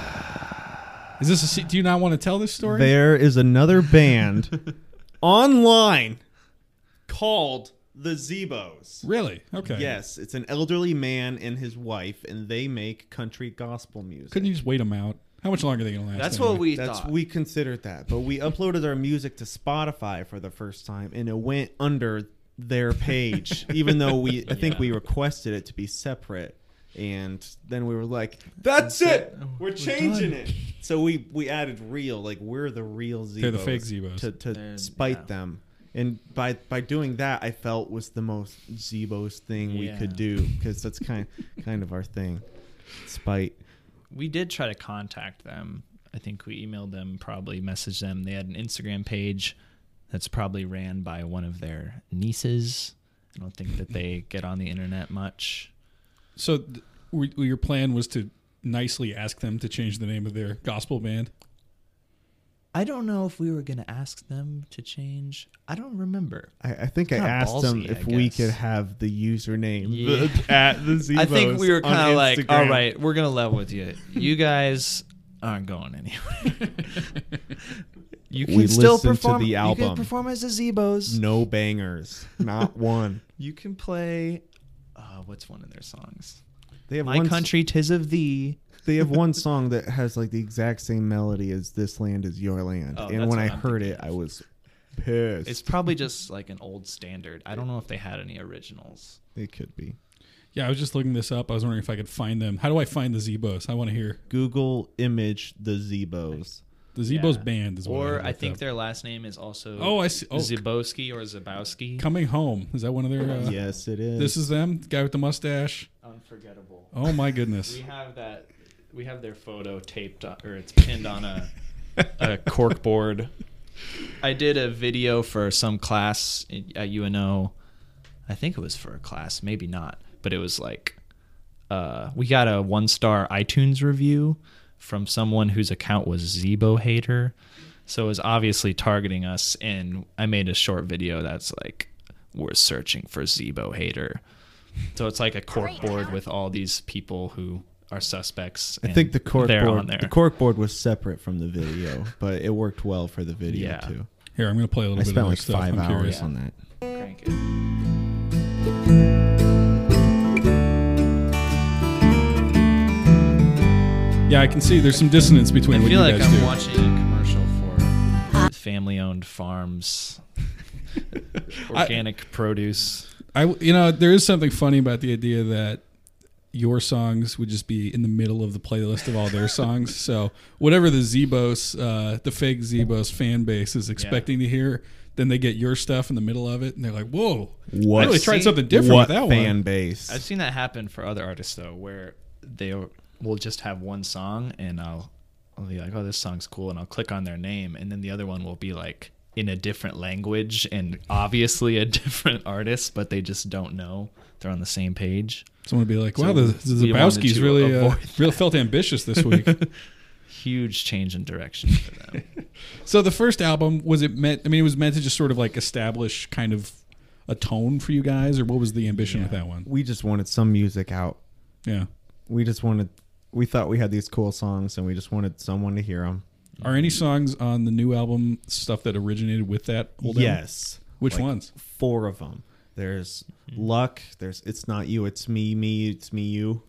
S1: Is this a se- do you not want to tell this story?
S3: There is another band online called the Zebos.
S1: Really? Okay.
S3: Yes, it's an elderly man and his wife, and they make country gospel music.
S1: Couldn't you just wait them out? How much longer are they going to last?
S4: that's what
S1: anyway?
S4: we
S3: That's
S4: thought
S3: we considered that, but we uploaded our music to Spotify for the first time, and it went under their page, even though we I think we requested it to be separate. And then we were like, "That's, it, we're, changing it." So we we added real, like we're the real Zebos.
S1: They're the fake Zebos.
S3: to, to
S4: They're-
S3: spite
S4: yeah.
S3: them. And by by doing that, I felt was the most Zebos thing we could
S4: Yeah.
S3: do because that's kind kind of our thing, spite.
S4: we did try to contact them. I think we emailed them, probably messaged them. They had an Instagram page that's probably ran by one of their nieces. I don't think that they get on the internet much.
S1: So th- w- your plan was to nicely ask them to change the name of their gospel band.
S4: I don't know if we were going to ask them to change. I don't remember.
S3: I, I think
S4: Kinda
S3: I asked them
S4: ballsy, I
S3: if we
S4: guess.
S3: could have the username
S4: Yeah.
S3: the, at the Zebos.
S4: I think we were
S3: on
S4: kind of like, all
S3: Instagram.
S4: right, we're going to level with you. You guys aren't going anywhere. you can
S3: We
S4: still
S3: listened to
S4: perform.
S3: the
S4: You
S3: album.
S4: can perform as the Zebos.
S3: no bangers, not one.
S4: You can play uh, what's one of their songs?
S3: They have
S4: My
S3: one s-
S4: country, tis of thee.
S3: they have one song that has like the exact same melody as "This Land Is Your Land,"
S4: Oh,
S3: and when
S4: that's what
S3: I
S4: I'm
S3: heard
S4: thinking
S3: it, I was pissed.
S4: It's probably just like an old standard. I don't know if they had any originals.
S3: it could be
S1: Yeah, I was just looking this up. I was wondering if I could find them. How do I find the Zebos? I want to hear
S3: Google image the Zebos.
S1: the Zebos
S4: Yeah.
S1: band. Is what
S4: Or I
S1: looked
S4: think
S1: up.
S4: their last name is also
S1: Oh, I see. Oh,
S4: Zibowski or Zabowski.
S1: coming home. Is that one of their? Uh,
S3: Yes, it is.
S1: This is them. The guy with the mustache.
S4: Unforgettable.
S1: Oh my goodness.
S4: We have that. We have their photo taped on, or it's pinned on a a cork board. I did a video for some class in- at UNO. I think it was for a class, maybe not, but it was like uh, we got a one star iTunes review from someone whose account was Zebo Hater. So it was obviously targeting us, and I made a short video that's like, we're searching for Zebo Hater. So it's like a cork board with all these people who are suspects.
S3: I
S4: and
S3: think the cork
S4: they're
S3: board,
S4: on there.
S3: the cork board was separate from the video, but it worked well for the video
S4: Yeah.
S3: too.
S1: Here, I'm gonna play a little
S3: I
S1: bit
S3: spent
S1: of their
S3: like
S1: stuff.
S3: five
S1: I'm
S3: hours
S1: curious.
S3: on that.
S4: Crank it.
S1: Yeah, I can see there's some dissonance between
S4: I
S1: what
S4: feel
S1: you
S4: like
S1: guys
S4: I'm
S1: do.
S4: watching a commercial for family-owned farms, organic produce.
S1: I, you know, there is something funny about the idea that your songs would just be in the middle of the playlist of all their songs. So whatever the Zebos, uh, the fake Zebos fan base is expecting to hear, then they get your stuff in the middle of it, and they're like, "Whoa, I
S3: What-
S1: really tried
S4: See,
S1: something different
S3: what
S1: with that
S3: fan
S1: one."
S3: base?
S4: I've seen that happen for other artists though, where they will just have one song, and I'll, I'll be like, "Oh, this song's cool," and I'll click on their name, and then the other one will be like in a different language and obviously a different artist, but they just don't know they're on the same page.
S1: Someone would be like, "Wow,
S4: So
S1: the, the
S4: we wanted
S1: Zabowskis
S4: to
S1: really, uh,
S4: avoid
S1: really felt ambitious this week."
S4: Huge change in direction for them.
S1: So the first album was it meant? I mean, it was meant to just sort of like establish kind of a tone for you guys, or what was the ambition with that one?
S3: we just wanted some music out.
S1: Yeah.
S3: We just wanted. We thought we had these cool songs, and we just wanted someone to hear them.
S1: Are any songs on the new album stuff that originated with that old album?
S3: yes,
S1: Which
S3: Like,
S1: ones?
S3: Four of them. There's luck. There's it's not you. It's me. Me. It's me. You.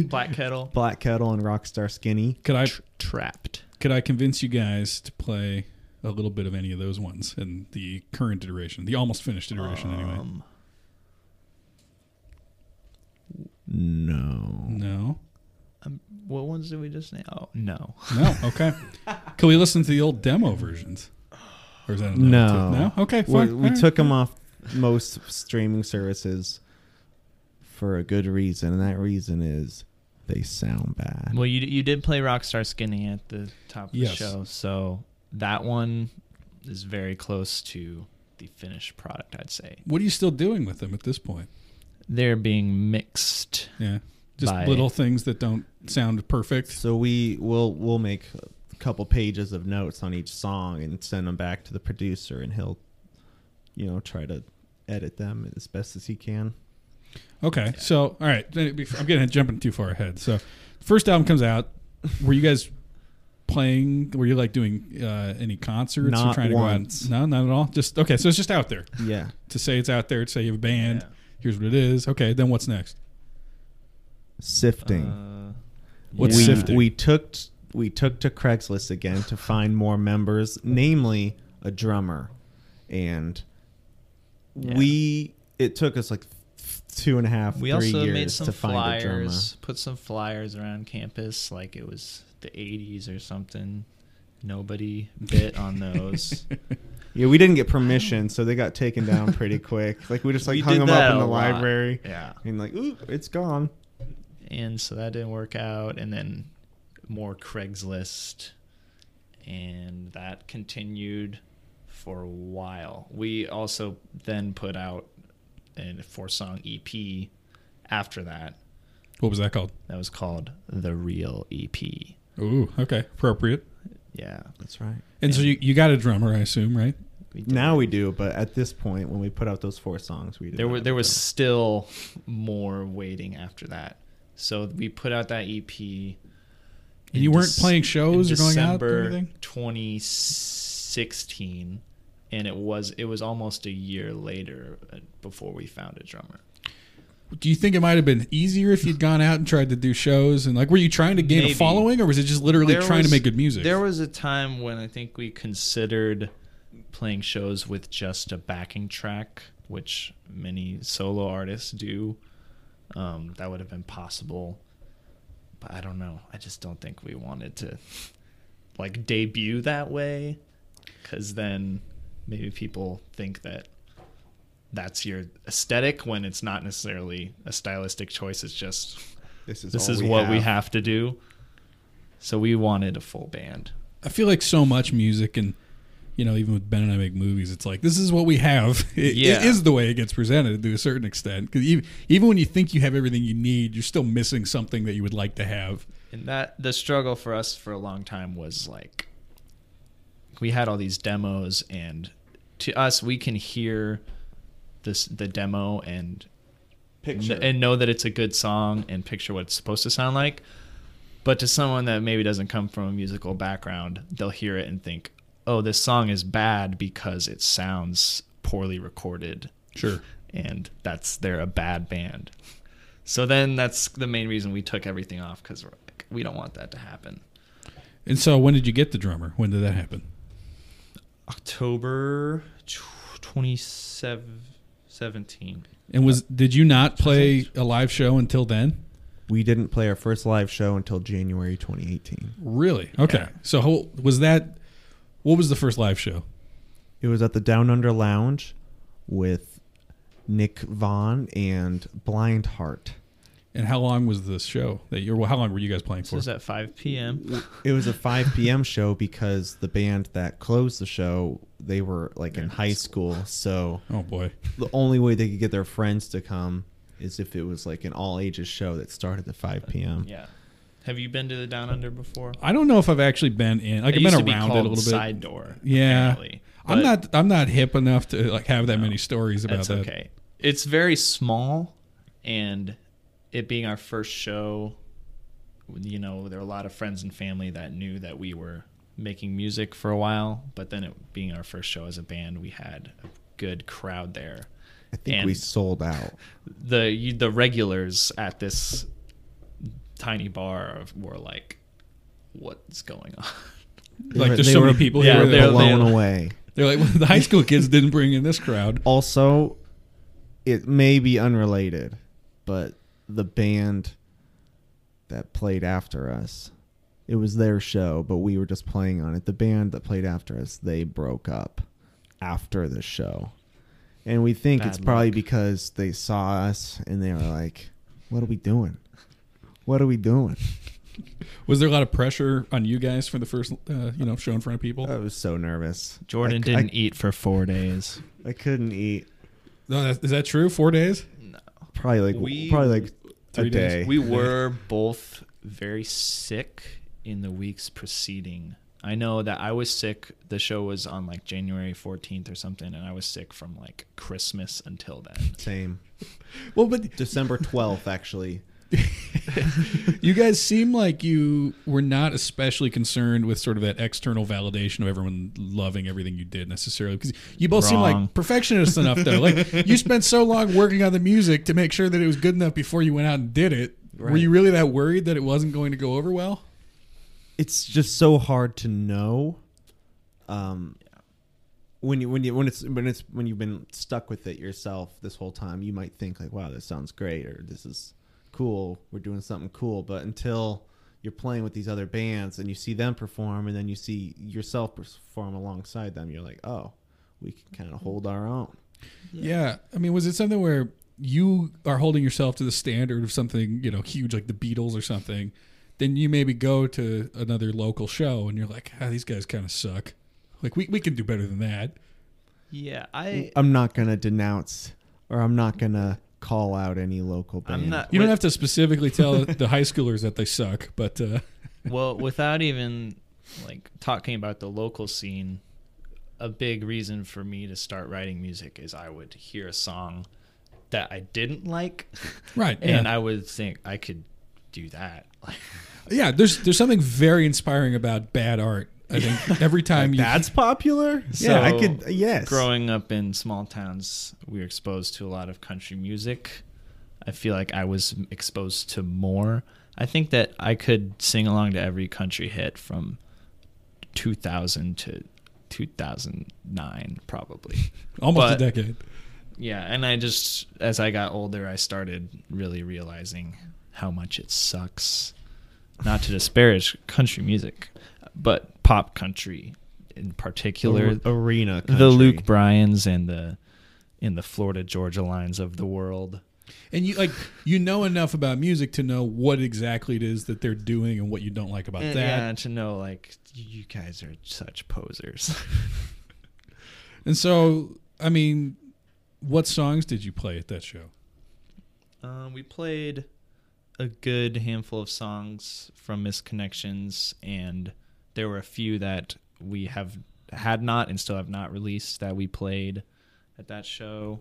S4: Black Kettle
S3: Black Kettle and Rockstar Skinny.
S1: Could I
S4: trapped.
S1: could I convince you guys to play a little bit of any of those ones in the current iteration, the almost finished iteration, anyway?
S4: Um,
S3: No.
S1: No,
S4: What ones did we just name? Oh no.
S1: no. Okay. Can we listen to the old demo versions? Or is that a
S3: No.
S1: too? No. Okay.
S3: We,
S1: Fine.
S3: we
S1: All right.
S3: took them off most streaming services for a good reason, and that reason is they sound bad.
S4: Well, you you did play Rockstar Skinny at the top of
S1: Yes.
S4: the show, so that one is very close to the finished product. I'd say
S1: What are you still doing with them at this point?
S4: they're being mixed.
S1: Yeah. Just
S4: by-
S1: little things that don't sound perfect.
S3: So we will we'll make a couple pages of notes on each song and send them back to the producer, and he'll, you know, try to edit them as best as he can.
S1: Okay. So, all right. then it'd be- I'm getting jumping too far ahead. So, first album comes out. Were you guys playing? Were you like doing uh, any concerts? or
S3: Not
S1: trying
S3: once.
S1: to go out? No, not at all. Just okay. So it's just out there
S3: Yeah.
S1: to say it's out there. To say you have a band.
S4: Yeah.
S1: Here's what it is. Okay. Then what's next?
S3: Sifting.
S4: Uh,
S1: What's
S3: we,
S1: sifting?
S3: we took we took to Craigslist again to find more members, namely a drummer, and
S4: Yeah.
S3: we it took us like th- two and a half
S4: we
S3: three
S4: also
S3: years
S4: made some
S3: to find a drummer.
S4: flyers, put some flyers around campus, like it was the '80s or something. Nobody bit on those.
S3: Yeah, we didn't get permission, so they got taken down pretty quick. Like we just like
S4: We
S3: hung
S4: did
S3: them
S4: that
S3: up in
S4: a
S3: the
S4: lot.
S3: library,
S4: yeah.
S3: and like, ooh, it's gone.
S4: and so that didn't work out and then more craigslist and that continued for a while we also then put out a four song ep after that
S1: What was that called?
S4: that was called the real ep
S1: Ooh. Okay. Appropriate.
S4: yeah
S3: That's right.
S1: And so you, you got a drummer, I assume, right?
S4: we did.
S3: Now we do, but at this point, when we put out those four songs, we did
S4: there
S3: not
S4: were
S3: have
S4: there
S3: a
S4: was
S3: drummer.
S4: still more waiting after that so we put out that ep
S1: And
S4: in
S1: you weren't
S4: Dec-
S1: playing shows
S4: in
S1: or going out or
S4: December
S1: anything?
S4: 2016, and it was it was almost a year later uh, before we found a drummer.
S1: Do you think it might have been easier if you'd gone out and tried to do shows and like were you trying to gain
S4: Maybe.
S1: a following or was it just literally
S4: There
S1: trying to
S4: was-
S1: make good music?
S4: There was a time when I think we considered playing shows with just a backing track, which many solo artists do. Um, that would have been possible, but I don't know. I just don't think we wanted to like debut that way, because then maybe people think that that's your aesthetic when it's not necessarily a stylistic choice. It's just
S3: This is
S4: this is what we have to do. So we wanted a full band.
S1: I feel like so much music and you know even with Ben and I make movies, it's like this is what we have. It,
S4: Yeah.
S1: it is the way it gets presented to a certain extent because even even when you think you have everything you need, you're still missing something that you would like to have.
S4: And that the struggle for us for a long time was like we had all these demos and to us we can hear this the demo and
S3: Picture.
S4: and know that it's a good song and picture what it's supposed to sound like. But to someone that maybe doesn't come from a musical background, they'll hear it and think, "Oh, this song is bad because it sounds poorly recorded."
S1: Sure.
S4: and that's they're a bad band. So then that's the main reason we took everything off because we're like, we don't want that to happen.
S1: And so when did you get the drummer? When did that happen?
S4: October 2017.
S1: And was did you not play a live show until then?
S3: we didn't play our first live show until January 2018.
S1: Really? Okay. So how, was that what was the first live show?
S3: It was at the Down Under Lounge with Nick Vaughn and Blind Heart.
S1: And how long was this show that you? Well, how long were you guys playing
S4: This
S1: for?
S4: was at 5 p.m.
S3: It was a 5 p.m. show because the band that closed the show, they were like in high school, so
S1: oh boy.
S3: the only way they could get their friends to come is if it was like an all ages show that started at 5 p.m.
S4: Yeah. Have you been to the Down Under before?
S1: I don't know if I've actually been in. Like
S4: It
S1: I've
S4: used
S1: been
S4: to be
S1: around it a
S4: called
S1: little bit.
S4: Side Door.
S1: yeah.
S4: apparently,
S1: I'm
S4: but
S1: not. I'm not hip enough to like have that many stories about
S4: That's
S1: that.
S4: okay. It's very small, and it being our first show, you know, there were a lot of friends and family that knew that we were making music for a while. But then it being our first show as a band, we had a good crowd there.
S3: I think
S4: And-
S3: we sold out.
S4: The you- the regulars at this tiny bar were like, "What's going on?"
S3: They
S1: Like
S3: were-
S1: there's
S3: they
S1: so
S3: were
S1: many people
S4: yeah,
S1: here.
S4: they're-
S1: They're,
S3: blown
S4: they're-
S3: away.
S1: they're like well, the high school kids didn't bring in this crowd.
S3: Also, it may be unrelated, but the band that played after us, it was their show, but we were just playing on it. The band that played after us, they broke up after the show. And we think it's
S4: Bad
S3: probably
S4: luck.
S3: because they saw us and they were like, what are we doing? What are we doing?
S1: Was there a lot of pressure on you guys for the first, uh, you know, show in front of people?
S3: I was so nervous.
S4: Jordan
S3: I, I-
S4: didn't eat for four days.
S3: I couldn't eat.
S1: no, that's, is that true? Four days?
S3: Probably like
S4: We-
S3: probably like a
S1: Three days.
S3: day.
S4: We were both very sick in the weeks preceding. I know that I was sick. The show was on like January 14th or something, and I was sick from like Christmas until then.
S3: Same.
S1: Well, but
S3: December 12th, actually.
S1: you guys seem like you were not especially concerned with sort of that external validation of everyone loving everything you did necessarily because you both seem
S4: Wrong.
S1: like perfectionists enough though like you spent so long working on the music to make sure that it was good enough before you went out and did it were
S3: Right.
S1: you really that worried that it wasn't going to go over well
S3: It's just so hard to know. Um, when you when you when it's when it's when you've been stuck with it yourself this whole time, you might think like, "Wow, this sounds great," or "This is cool. We're doing something cool." But until you're playing with these other bands and you see them perform, and then you see yourself perform alongside them, you're like, "Oh, we can kind of hold our own."
S1: yeah i mean was it something where you are holding yourself to the standard of something you know huge like the beatles or something then you maybe go to another local show and you're like ah, these guys kind of suck like we, we can do better than that
S4: Yeah, I.
S3: I'm not gonna denounce, or I'm not gonna call out any local band.
S4: I'm not.
S1: You don't have to specifically tell the high schoolers that they suck, but uh,
S4: well, without even like talking about the local scene, a big reason for me to start writing music is I would hear a song that I didn't like,
S1: right,
S4: and
S1: yeah.
S4: I would think I could do that. Like,
S1: yeah, there's there's something very inspiring about bad art. I think every time you
S3: That's popular.
S4: So,
S3: yeah, I could. uh, Yes.
S4: growing up in small towns, we were exposed to a lot of country music. I feel like I was exposed to more. I think that I could sing along to every country hit from 2000 to 2009 probably.
S1: Almost
S4: But-
S1: a decade.
S4: yeah, and I just as I got older, I started really realizing how much it sucks. Not to disparage country music, but pop country in particular,
S3: Ar- arena.
S4: the
S3: country.
S4: Luke Bryans and the in the Florida Georgia lines of the world.
S1: And you like you know enough about music to know what exactly it is that they're doing and what you don't like about
S4: That
S1: that.
S4: to know like you guys are such posers.
S1: And so, I mean, what songs did you play at that show?
S4: Um, we played a good handful of songs from Misconnections, and there were a few that we have had not and still have not released that we played at that show.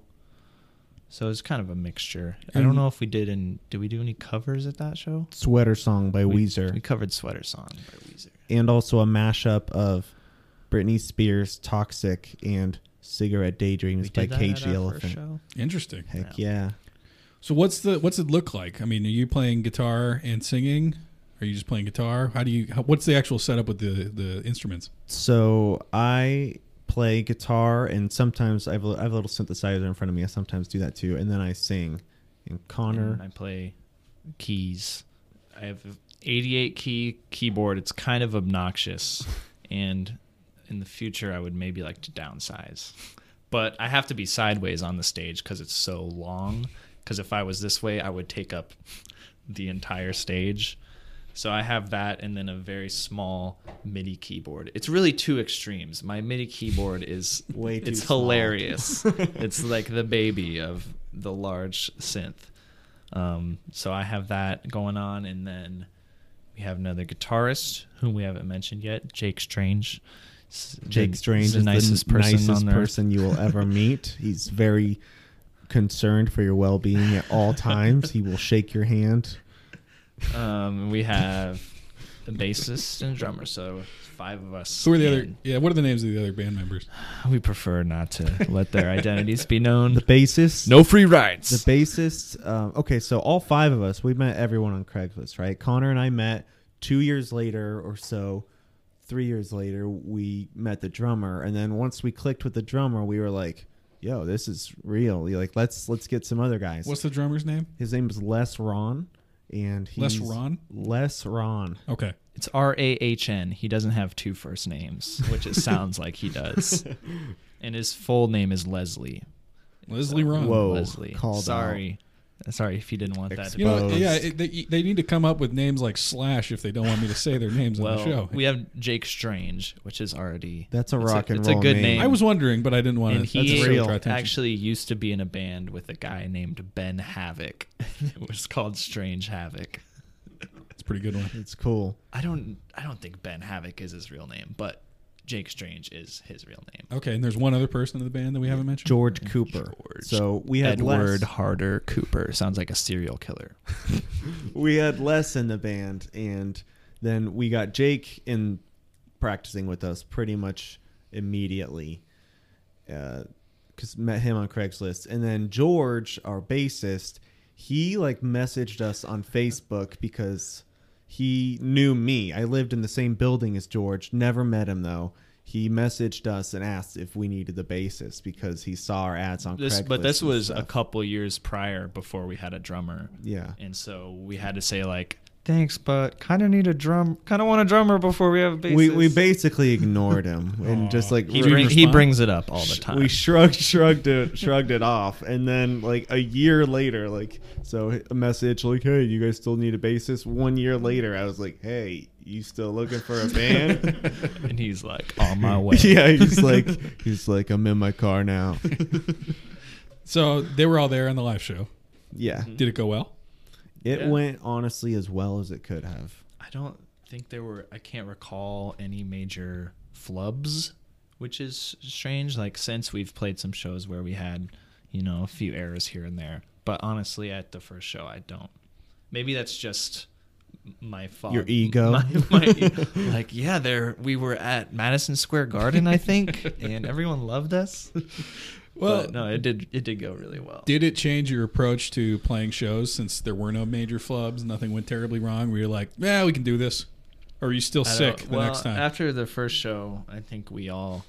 S4: So it's kind of a mixture. I don't
S1: And-
S4: know if we did and did we do any covers at that show?
S3: sweater song by
S4: We-
S3: Weezer,
S4: We covered "Sweater Song" by Weezer.
S3: and also a mashup of Britney Spears' "Toxic" and "Cigarette Daydreams"
S4: We
S3: by
S4: did that
S3: Cage
S4: at
S3: the
S4: our first
S3: Elephant.
S4: show.
S1: Interesting.
S3: Heck yeah.
S1: So what's the what's it look like? I mean, are you playing guitar and singing? Are you just playing guitar? How do you? How, what's the actual setup with the the instruments?
S3: So I play guitar, and sometimes I have, a, I have a little synthesizer in front of me. I sometimes do that too, and then I sing. And Connor,
S4: and I play keys. I have an 88 key keyboard. It's kind of obnoxious, and in the future, I would maybe like to downsize. But I have to be sideways on the stage because it's so long. Because if I was this way, I would take up the entire stage. So I have that, and then a very small MIDI keyboard. It's really two extremes. My MIDI keyboard is
S3: Way too
S4: It's
S3: small.
S4: hilarious. it's like the baby of the large synth. Um, so I have that going on, and then we have another guitarist whom we haven't mentioned yet, Jake Strange. S-
S3: Jake
S4: the-
S3: Strange is the nicest person, you will ever meet. He's very concerned for your well being at all times. He will shake your hand.
S4: earth. Um, we have a bassist and drummer, so five of us.
S1: Who are the other?
S4: and
S1: Yeah, what are the names of the other band members?
S4: We prefer not to let their identities be known.
S3: The bassist.
S4: no free rides.
S3: The bassist. Um, okay, so all five of us, we met everyone on Craigslist, right? Connor and I met two years later or so. Three years later, we met the drummer, and then once we clicked with the drummer, we were like, "Yo, this is real." Like, let's let's get some other guys.
S1: What's the drummer's name?
S3: His name is Les Ron, and
S1: Les
S3: he's
S1: Ron?
S3: Les Ron.
S1: Okay,
S4: It's R A H N. He doesn't have two first names, which it sounds like he does. And his full name is Leslie.
S1: Leslie Ron.
S3: Whoa.
S4: Leslie.
S3: called
S4: Sorry. Sorry if you didn't want that. to
S1: You know,
S3: Exposed.
S1: yeah, it, they, they need to come up with names like Slash if they don't want me to say their names on the
S4: well,
S1: show.
S4: we have Jake Strange, which is already
S3: That's a
S4: it's
S3: rock and
S4: it's
S3: roll
S4: a good
S3: name.
S1: I was wondering, but I didn't want
S4: and
S1: to.
S4: he
S3: real.
S1: Actually,
S4: actually used to be in a band with a guy named Ben Havoc. it was called Strange Havoc.
S1: it's a pretty good one.
S3: It's cool.
S4: I don't I don't think Ben Havoc is his real name, but Jake Strange is his real name.
S1: Okay, and there's one other person in the band that we haven't mentioned.
S3: George Cooper.
S4: George.
S3: So we had Les.
S4: Edward Harder Cooper sounds like a serial killer.
S3: we had Les in the band, and then we got Jake in practicing with us pretty much immediately. Because met him on Craigslist, and then George, our bassist, he like messaged us on Facebook because he knew me. I lived in the same building as George. Never met him though. He messaged us and asked if we needed the bassist because he saw our ads on
S4: This,
S3: Craigslist.
S4: but this
S3: and
S4: was
S3: stuff.
S4: a couple years prior before we had a drummer,
S3: yeah.
S4: and so we had to say like, "Thanks, but kind of need a drum, kind of want a drummer before we have a bassist."
S3: We, we basically ignored him and just like
S4: he,
S3: re-
S4: bring, he
S1: respond?
S4: brings it up all the time.
S3: we shrugged shrugged it shrugged it off and then like a year later like so a message like hey you guys still need a bassist one year later i was like hey you still looking for a band
S4: and he's like, "On my way."
S3: yeah he's like he's like i'm in my car now
S1: So they were all there on the live show.
S3: yeah
S1: Did it go well?
S3: it
S4: Yeah.
S3: went honestly as well as it could have
S4: I don't think there were. I can't recall any major flubs, which is strange. Like since we've played some shows where we had, you know, a few errors here and there. But honestly, at the first show, I don't. Maybe that's just my fault.
S3: Your ego?
S4: My, my e- like yeah, there we were at Madison Square Garden, I think, and everyone loved us.
S1: Well,
S4: but no, it did it did go really well.
S1: did it change your approach to playing shows since there were no major flubs? Nothing went terribly wrong. Were you like, yeah, we can do this? Or are you still
S4: I
S1: sick
S4: don't-
S1: the
S4: well,
S1: next time?
S4: After the first show, I think we all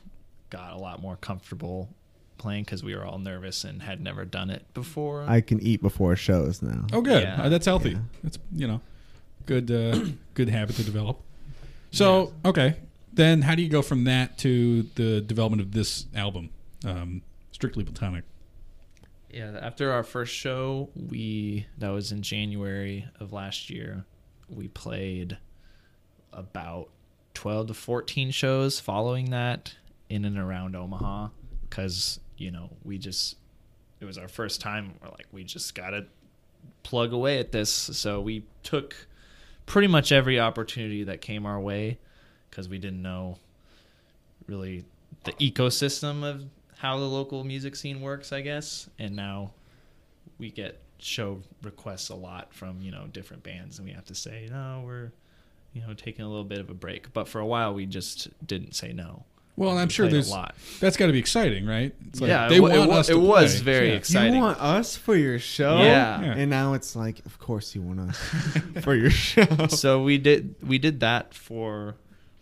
S4: got a lot more comfortable playing because we were all nervous and had never done it before.
S3: I can eat before shows now.
S1: Oh, good.
S4: Yeah.
S1: Uh, that's healthy. That's you know, good uh, good habit to develop. So okay, then how do you go from that to the development of this album, um, Strictly Platonic?
S4: Yeah, after our first show, we that was in January of last year, we played about 12 to 14 shows following that in and around Omaha cuz you know, we just it was our first time we're like we just got to plug away at this. So we took pretty much every opportunity that came our way cuz we didn't know really the ecosystem of how the local music scene works, I guess. And now we get show requests a lot from, you know, different bands and we have to say, no, we're, you know, taking a little bit of a break. But for a while we just didn't say no.
S1: Well,
S4: We
S1: I'm sure
S4: played
S1: there's
S4: a lot.
S1: that's got to be exciting, right? It's
S4: Yeah, it wa- it wa- it was very
S1: exciting.
S4: exciting.
S3: You want us for your show?
S4: Yeah.
S1: Yeah.
S3: And now it's like, of course you want us for your show.
S4: so we did we did that for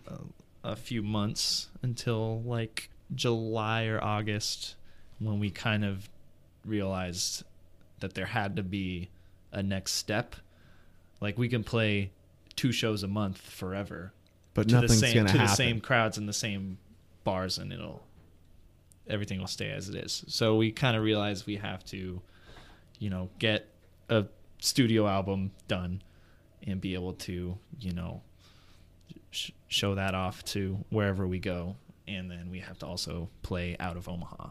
S4: uh, a few months until like July or August when we kind of realized that there had to be a next step. Like we can play two shows a month forever
S3: But
S4: to
S3: nothing's
S4: the same
S3: gonna
S4: to
S3: happen.
S4: the same crowds and the same bars and it'll everything will stay as it is. So we kind of realized we have to you know get a studio album done and be able to, you know, sh- show that off to wherever we go and then we have to also play out of Omaha.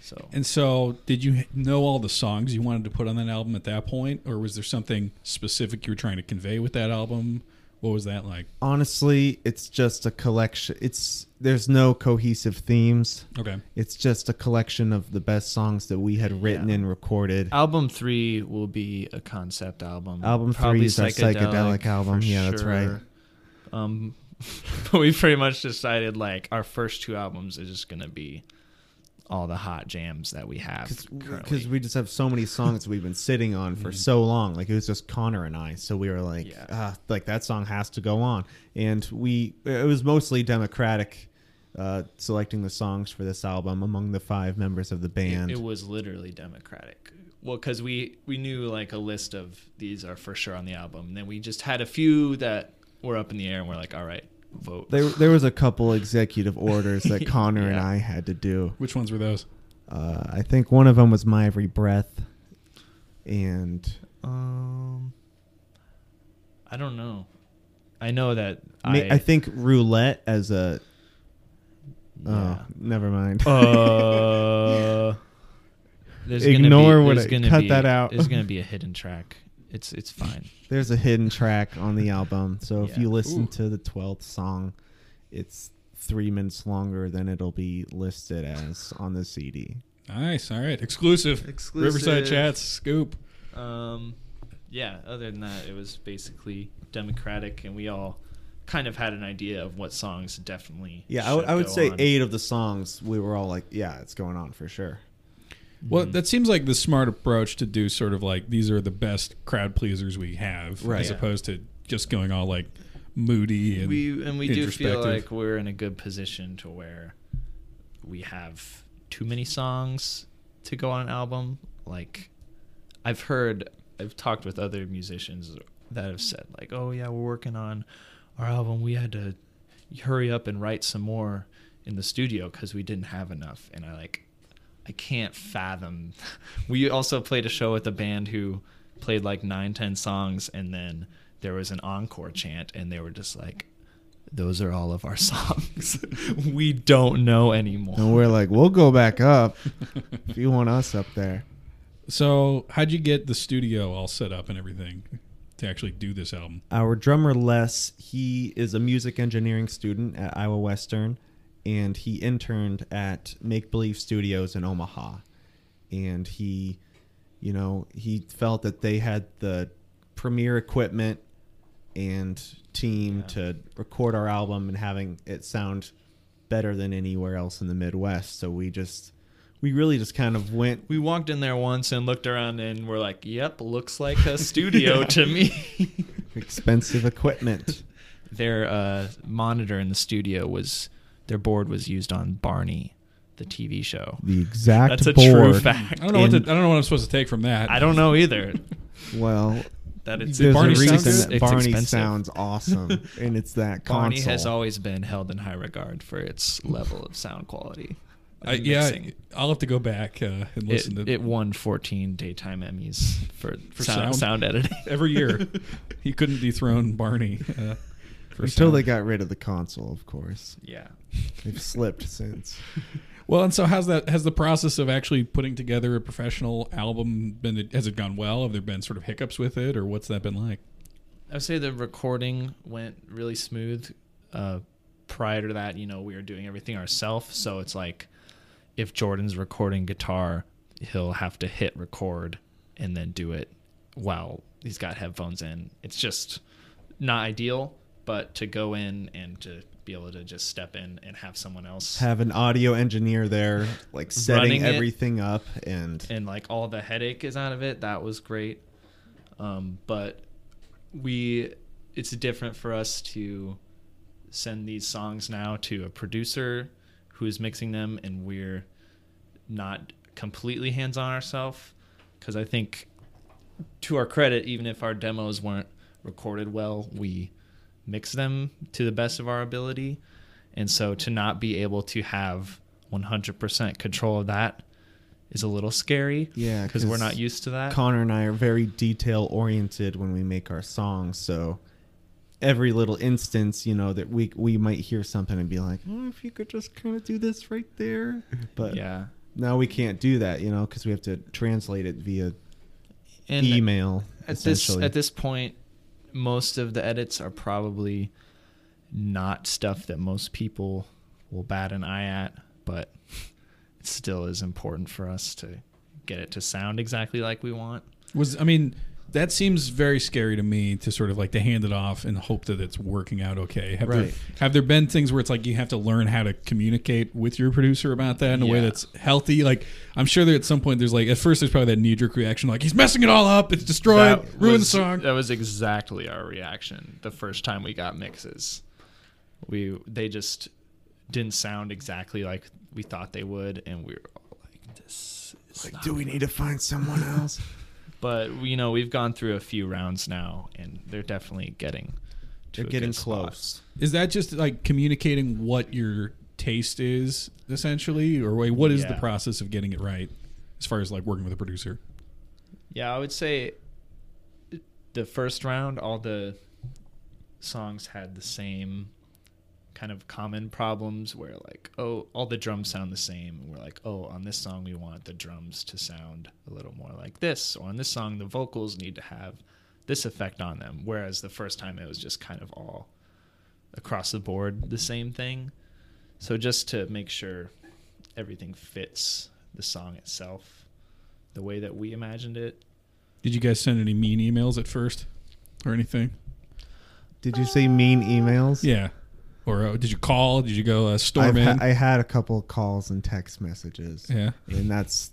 S4: So
S1: And so, did you know all the songs you wanted to put on that album at that point, or was there something specific you were trying to convey with that album? What was that like?
S3: Honestly, it's just a collection. It's there's no cohesive themes.
S1: Okay,
S3: It's just a collection of the best songs that we had written
S4: Yeah. Uh,
S3: and recorded.
S4: album 3 will be a concept album.
S3: Album
S4: Probably
S3: three is our psychedelic album.
S4: for
S3: Yeah, that's right.
S4: sure. um but we pretty much decided like our first two albums is just gonna be all the hot jams that we have
S3: because
S4: currently. Mm-hmm.
S3: we just have so many songs we've been sitting on for so long. Like it was just Connor and I, so we were like,
S4: Yeah.
S3: ah, like that song has to go on. And we, it was mostly democratic, uh, selecting the songs for this album among the five members of the band.
S4: it was literally democratic well because we we knew like a list of these are for sure on the album and then we just had a few that were up in the air and we're like all right vote
S3: there, there was a couple executive orders that Connor and
S4: Yeah.
S3: I had to do.
S1: which ones were those?
S3: Uh, I think one of them was "My Every Breath," and
S4: um i don't know i know that
S3: ma- I,
S4: i
S3: think "Roulette" as a.
S4: yeah.
S3: Oh, never mind.
S4: Uh, there's gonna
S3: Ignore
S4: be,
S3: what
S4: there's
S3: I-
S4: gonna
S3: cut
S4: be-
S3: that out.
S4: There's gonna be a hidden track. It's it's fine.
S3: There's a hidden track on the album. So if
S4: Yeah.
S3: you listen
S1: Ooh.
S3: to the 12th song, it's three minutes longer than it'll be listed as on the CD.
S1: Nice. All right, exclusive.
S4: Exclusive.
S1: Riverside Chats scoop.
S4: Um, yeah. Other than that, it was basically democratic, and we all kind of had an idea of what songs definitely.
S3: Yeah, I would,
S4: should
S3: I would
S4: go
S3: say
S4: on.
S3: eight of the songs we were all like, yeah, it's going on for sure.
S4: Mm-hmm.
S1: Well, that seems like the smart approach to do sort of like these are the best crowd pleasers we have,
S3: Right.
S1: as
S4: Yeah.
S1: opposed to just going all like moody and
S4: We and we do feel
S1: introspective.
S4: like we're in a good position to where we have too many songs to go on an album. Like I've heard, I've talked with other musicians that have said like, "Oh yeah, we're working on our album. We had to hurry up and write some more in the studio because we didn't have enough." And I like, I can't fathom. we also played a show with a band who played like nine, ten songs, and then there was an encore chant, and they were just like. Those are all of our songs. we don't know anymore.
S3: And we're like, we'll go back up if you want us up there.
S1: So, how'd you get the studio all set up and everything to actually do this album?
S3: Our drummer Les, he is a music engineering student at Iowa Western, and he interned at Make Believe Studios in Omaha. And he, you know, he felt that they had the premier equipment and team to record our album and having it sound better than anywhere else in the Midwest. So we just we really just kind of went.
S4: We walked in there once and looked around and we're like, "Yep, looks like a studio to me."
S3: Expensive equipment.
S4: their uh, monitor in the studio was their board was used on Barney, the TV show.
S3: The exact
S4: That's a
S3: board.
S4: true fact.
S1: I don't know what to, I
S3: And-
S1: don't know what I'm supposed to take from that.
S4: I don't know either.
S3: Well,
S4: That it's
S3: there's
S1: Barney
S3: a
S1: sounds
S3: reason
S1: good.
S3: that Barney sounds awesome, and it's that console.
S4: Barney has always been held in high regard for its level of sound quality. and
S1: I, Uh, yeah,
S4: mixing.
S1: I'll have to go back uh, and listen
S4: it,
S1: to
S4: it won 14 daytime Emmys for,
S1: For
S4: sound,
S1: sound?
S4: sound editing.
S1: every year. he couldn't dethrone Barney. Uh, for
S3: until
S1: sound.
S3: they got rid of the console, of course.
S4: yeah.
S3: They've slipped since.
S1: Well, and so how's that? Has the process of actually putting together a professional album been? Has it gone well? Have there been sort of hiccups with it, or what's that been like?
S4: I would say the recording went really smooth. Uh, prior to that, you know, we were doing everything ourselves. So it's like if Jordan's recording guitar, he'll have to hit record and then do it while he's got headphones in. It's just not ideal, but to go in and to be able to just step in and have someone else
S3: Have an audio engineer there, like
S4: Running
S3: setting
S4: it.
S3: everything up, and
S4: and like all the headache is out of it. That was great. Um, but we, it's different for us to send these songs now to a producer who is mixing them, and we're not completely hands on ourselves. Because I think, to our credit, even if our demos weren't recorded well, we mix them to the best of our ability. And so to not be able to have 100% control of that is a little scary.
S3: Yeah,
S4: Because we're
S3: 'cause
S4: not used to that.
S3: Connor and I are very detail oriented when we make our songs. So every little instance, you know, that we we might hear something and be like, oh, if you could just kind of do this right there, but
S4: yeah.
S3: now we can't do that, you know, because we have to translate it via
S4: And
S3: email.
S4: at this
S3: essentially.
S4: at this point most of the edits are probably not stuff that most people will bat an eye at but it still is important for us to get it to sound exactly like we want
S1: Was I mean, that seems very scary to me to sort of like to hand it off and hope that it's working out okay. Have there
S3: Right.
S1: have there been things where it's like you have to learn how to communicate with your producer about that in a way
S4: Yeah.
S1: that's healthy? Like I'm sure that at some point there's like at first there's probably that knee jerk reaction like he's messing it all up, it's destroyed,
S4: That
S1: ruined the
S4: was-
S1: song.
S4: That was exactly our reaction the first time we got mixes. We they just didn't sound exactly like we thought they would, and we were all like, "This is not."
S3: do we need to find someone else?
S4: But you know, we've gone through a few rounds now, and they're definitely getting. To
S3: They're
S4: a
S3: getting
S4: good spot.
S3: close.
S1: Is that just like communicating what your taste is essentially, or wait, what is the
S4: Yeah.
S1: process of getting it right as far as like working with a producer?
S4: Yeah, I would say the first round, all the songs had the same kind of common problems where, like, oh, all the drums sound the same. And we're like, oh, on this song, we want the drums to sound a little more like this. Or on this song, the vocals need to have this effect on them. Whereas the first time, it was just kind of all across the board the same thing. So just to make sure everything fits the song itself the way that we imagined it
S1: Did you guys send any mean emails at first or anything?
S3: Did you say mean emails?
S1: Yeah. Or uh, did you call? Did you go uh, storm
S3: I've
S1: in?
S3: ha- I had a couple of calls and text messages.
S1: yeah.
S3: and that's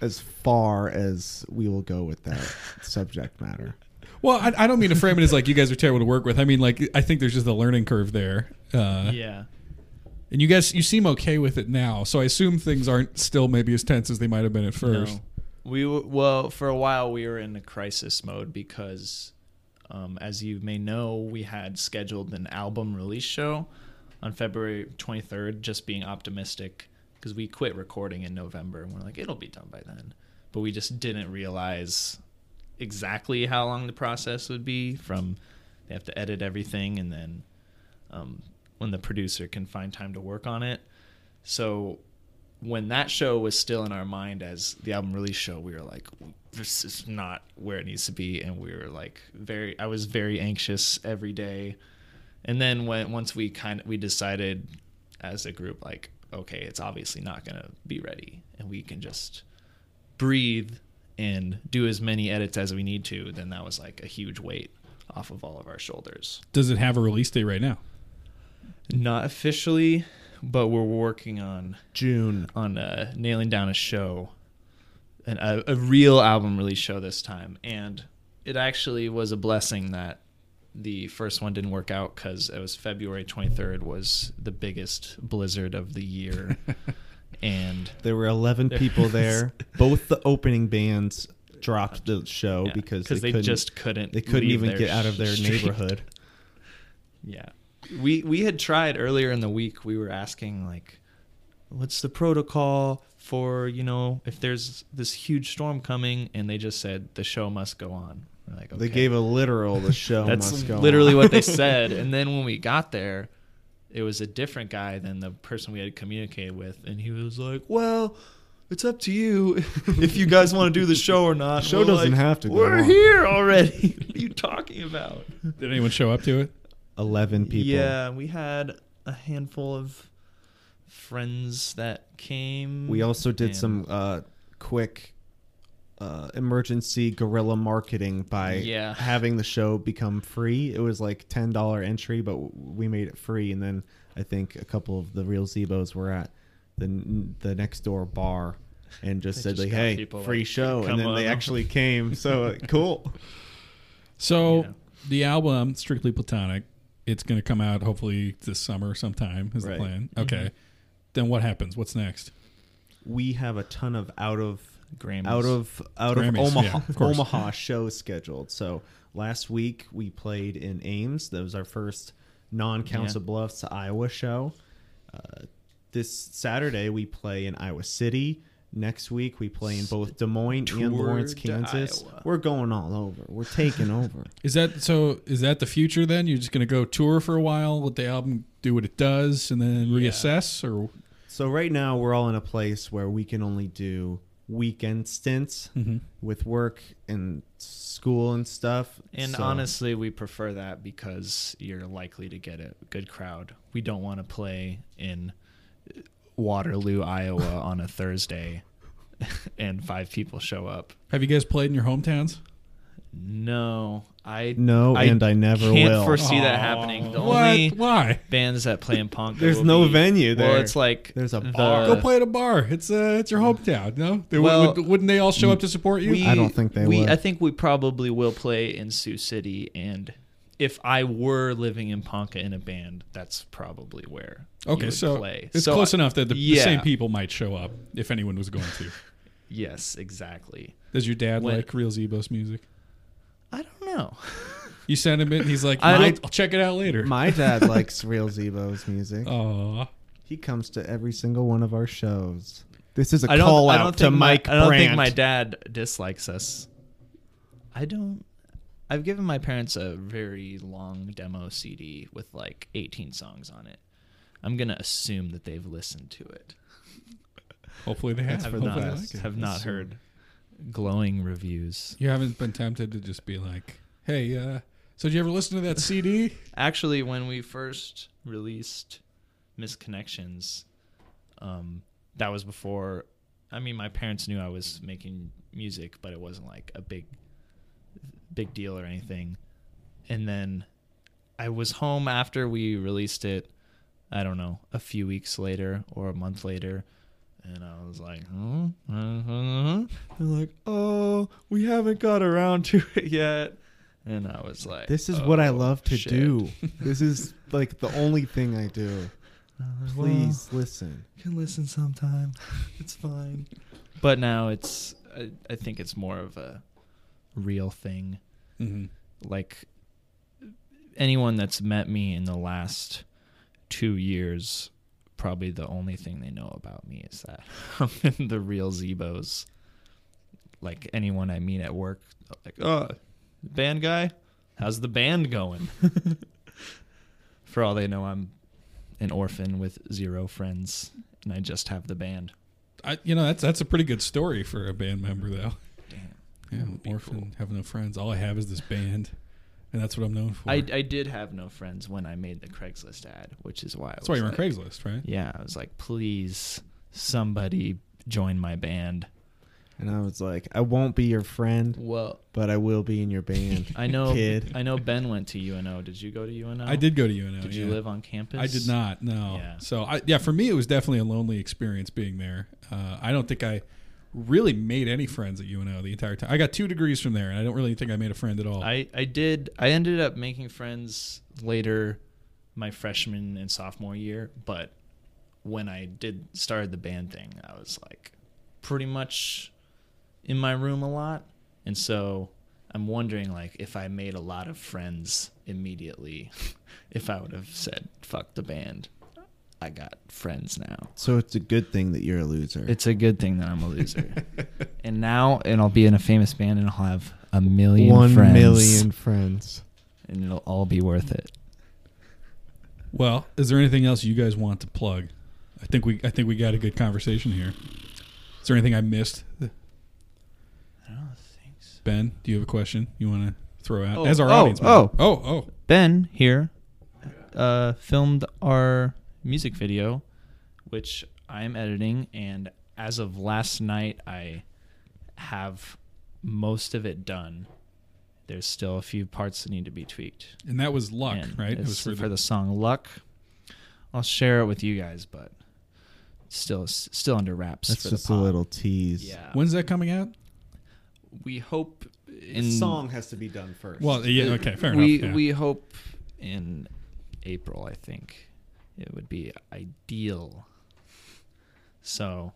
S3: as far as we will go with that subject matter.
S1: Well, I, I don't mean to frame it as like you guys are terrible to work with. I mean, like I think there's just a learning curve there. Uh,
S4: yeah
S1: And you guys, you seem okay with it now, so I assume things aren't still maybe as tense as they might have been at first.
S4: No. We w- well for a while we were in a crisis mode because, um, as you may know, we had scheduled an album release show on February 23rd. Just being optimistic because we quit recording in November and we're like it'll be done by then, but we just didn't realize exactly how long the process would be. From they have to edit everything and then um, when the producer can find time to work on it. So when that show was still in our mind as the album release show, we were like, this is not where it needs to be. And we were like very, I was very anxious every day. And then when, once we kind of, we decided as a group, like, okay, it's obviously not going to be ready and we can just breathe and do as many edits as we need to. Then that was like a huge weight off of all of our shoulders.
S1: Does it have a release date right now?
S4: Not officially. but we're working on
S3: June.
S4: on uh, nailing down a show, an, a, a real album release show this time. And it actually was a blessing that the first one didn't work out because it was February 23rd was the biggest blizzard of the year. and
S3: There were 11 people there. Both the opening bands dropped the show
S4: yeah,
S3: because
S4: 'cause they,
S3: couldn't,
S4: just couldn't
S3: they couldn't
S4: leave
S3: even
S4: their
S3: get out of their
S4: street.
S3: neighborhood.
S4: Yeah. We we had tried earlier in the week we were asking like what's the protocol for, you know, if there's this huge storm coming and they just said the show must go on. We're like,
S3: They
S4: okay.
S3: gave a literal the show
S4: That's
S3: must go
S4: literally
S3: on.
S4: what they said. And then when we got there, it was a different guy than the person we had communicated with, and he was like, "Well, it's up to you if you guys want to do the show or not."
S3: Show
S4: We're
S3: doesn't
S4: like,
S3: have to go
S4: We're
S3: on."
S4: here already. what are you talking about?
S1: Did anyone show up to it?
S3: 11 people.
S4: Yeah, we had a handful of friends that came.
S3: We also did
S4: Mm-hmm. and-
S3: some uh, quick uh, emergency guerrilla marketing by
S4: Yeah.
S3: having the show become free. It was like ten dollar entry, but w- we made it free. And then I think a couple of the real Zebos were at the n- the next door bar and just
S4: They
S3: said
S4: just
S3: like,
S4: got
S3: "Hey,
S4: people,
S3: free
S4: like,
S3: show,"
S4: "Come
S3: and then they
S4: on.
S3: actually came. So uh, cool.
S1: So
S4: Yeah.
S1: the album Strictly Platonic, it's going to come out hopefully this summer sometime is the
S3: Right.
S1: plan.
S4: Mm-hmm.
S1: Okay. Then what happens? What's next?
S3: We have a ton of out of
S4: Grammys.
S3: out of out
S1: Grammys,
S3: of Omaha
S1: yeah, of course.
S3: Omaha shows scheduled. So last week we played in Ames. That was our first non Council
S4: Yeah.
S3: Bluffs Iowa show. Uh, this Saturday we play in Iowa City. Next week we play in both Des Moines and
S4: Tour
S3: Lawrence,
S4: to
S3: Kansas.
S4: Iowa.
S3: We're going all over. We're taking over.
S1: Is that so? Is that the future then? You're just going to go tour for a while, let the album do what it does, and then reassess? Or
S3: So right now we're all in a place where we can only do weekend stints
S1: Mm-hmm.
S3: with work and school and stuff.
S4: And
S3: So-
S4: honestly, we prefer that because you're likely to get a good crowd. We don't want to play in Waterloo, Iowa on a Thursday and five people show up.
S1: have you guys played in your hometowns?
S4: No, I
S3: No, and I never
S4: can't
S3: will.
S4: foresee that happening. The
S1: What?
S4: only
S1: Why?
S4: bands that play in punk.
S3: There's
S4: will
S3: no
S4: be-
S3: venue there.
S4: Well, it's like
S3: There's a
S1: Mm-hmm.
S4: the-
S3: bar.
S1: Go play at a bar. It's uh, it's your hometown. No, they,
S4: Mm. Well,
S1: would, wouldn't they all show up to support you?
S4: We,
S3: I don't think they
S4: we,
S3: would.
S4: I think we probably will play in Sioux City, and if I were living in Ponca in a band, that's probably where. you
S1: okay,
S4: would
S1: so
S4: play.
S1: it's
S4: So
S1: close
S4: I-
S1: enough that the, the
S4: yeah.
S1: same people might show up if anyone was going to.
S4: Yes, exactly.
S1: Does your dad
S4: When-
S1: like real Zebos music?
S4: I don't know.
S1: You send him it, and he's like,
S4: I
S1: "My-
S4: don't-
S1: I'll check it out later.
S3: My dad likes Real Zebo's music.
S4: Oh.
S1: Aw.
S3: He comes to every single one of our shows. This is a
S4: I don't.
S3: call
S4: I
S3: out
S4: don't
S3: to
S4: think
S3: Mike
S4: my, I don't think
S3: Brandt.
S4: my dad dislikes us. I don't. I've given my parents a very long demo CD with like 18 songs on it. I'm gonna assume that they've listened to it.
S1: Hopefully they have.
S4: have
S1: Hopefully
S4: not,
S1: they like
S3: best.
S1: it. uh,
S4: have not heard glowing reviews.
S1: You haven't been tempted to just be like, "Hey, uh, so did you ever listen to that CD?"
S4: Actually, when we first released Misconnections, um, that was before. I mean, my parents knew I was making music, but it wasn't like a big, big deal or anything. And then I was home after we released it. I don't know, a few weeks later or a month later, and I was like, hmm, uh, huh, huh." they're like, oh, we haven't got around to it yet. And I was like,
S3: This is what I
S4: "Oh,
S3: love to
S4: shit." Uh,
S3: do. This is like the only thing I do. Please listen.
S4: can listen sometime. It's fine. But now it's, I, I think it's more of a real thing.
S1: mm-hmm.
S4: Like anyone that's met me in the last two years, probably the only thing they know about me is that I'm in the real Zebos. Like anyone I meet at work, like, oh, band guy, how's the band going? For all they know, I'm an orphan with zero friends, and I just have the band.
S1: I, you know, that's that's a pretty good story for a band member, though. Damn, yeah, orphan, have no friends. All I have is this band, and that's what I'm known for.
S4: I, I did have no friends when I made the Craigslist ad, which is why I
S1: that's
S4: was
S1: why you're on
S4: like-
S1: Craigslist, right?
S4: Yeah, I was like, please, somebody join my band.
S3: And I was like, I won't be your friend,
S4: Well,
S3: but I will be in your band.
S4: I know.
S3: kid.
S4: I know Ben went to UNO. Did you go to UNO?
S1: I did go to UNO.
S4: Did you
S1: yeah.
S4: live on campus?
S1: I did not. No.
S4: Yeah.
S1: So I yeah, for me it was definitely a lonely experience being there. Uh, I don't think I really made any friends at UNO the entire time. I got two degrees from there, and I don't really think I made a friend at all.
S4: I, I did. I ended up making friends later, my freshman and sophomore year. But when I did started the band thing, I was like pretty much in my room a lot, and so I'm wondering like if I made a lot of friends immediately, if I would have said fuck the band. I got friends now.
S3: so it's a good thing that you're a loser.
S4: It's a good thing that I'm a loser. and now, and I'll be in a famous band, and I'll have a million
S3: One
S4: friends.
S3: million friends.
S4: and it'll all be worth it.
S1: well, is there anything else you guys want to plug? I think we I think we got a good conversation here. Is there anything I missed?
S4: I don't think so.
S1: Ben, do you have a question you want to throw out
S4: Oh,
S1: as our
S4: oh,
S1: audience? member?
S4: oh.
S1: oh, oh.
S4: Ben here uh, filmed our music video, which I'm editing, and as of last night, I have most of it done. There's still a few parts that need to be tweaked.
S1: And that was luck,
S4: And
S1: right? It
S4: it's
S1: was
S4: for, the song "Luck." I'll share it with you guys, but still, it's still under wraps.
S3: That's
S4: for
S3: just
S4: the
S3: a
S4: pod.
S3: little tease.
S4: Yeah.
S1: When's that coming out?
S4: we hope in
S3: has to be done first.
S1: Well, yeah, okay, fair
S4: we
S1: enough. yeah.
S4: we hope in April. I think it would be ideal. So,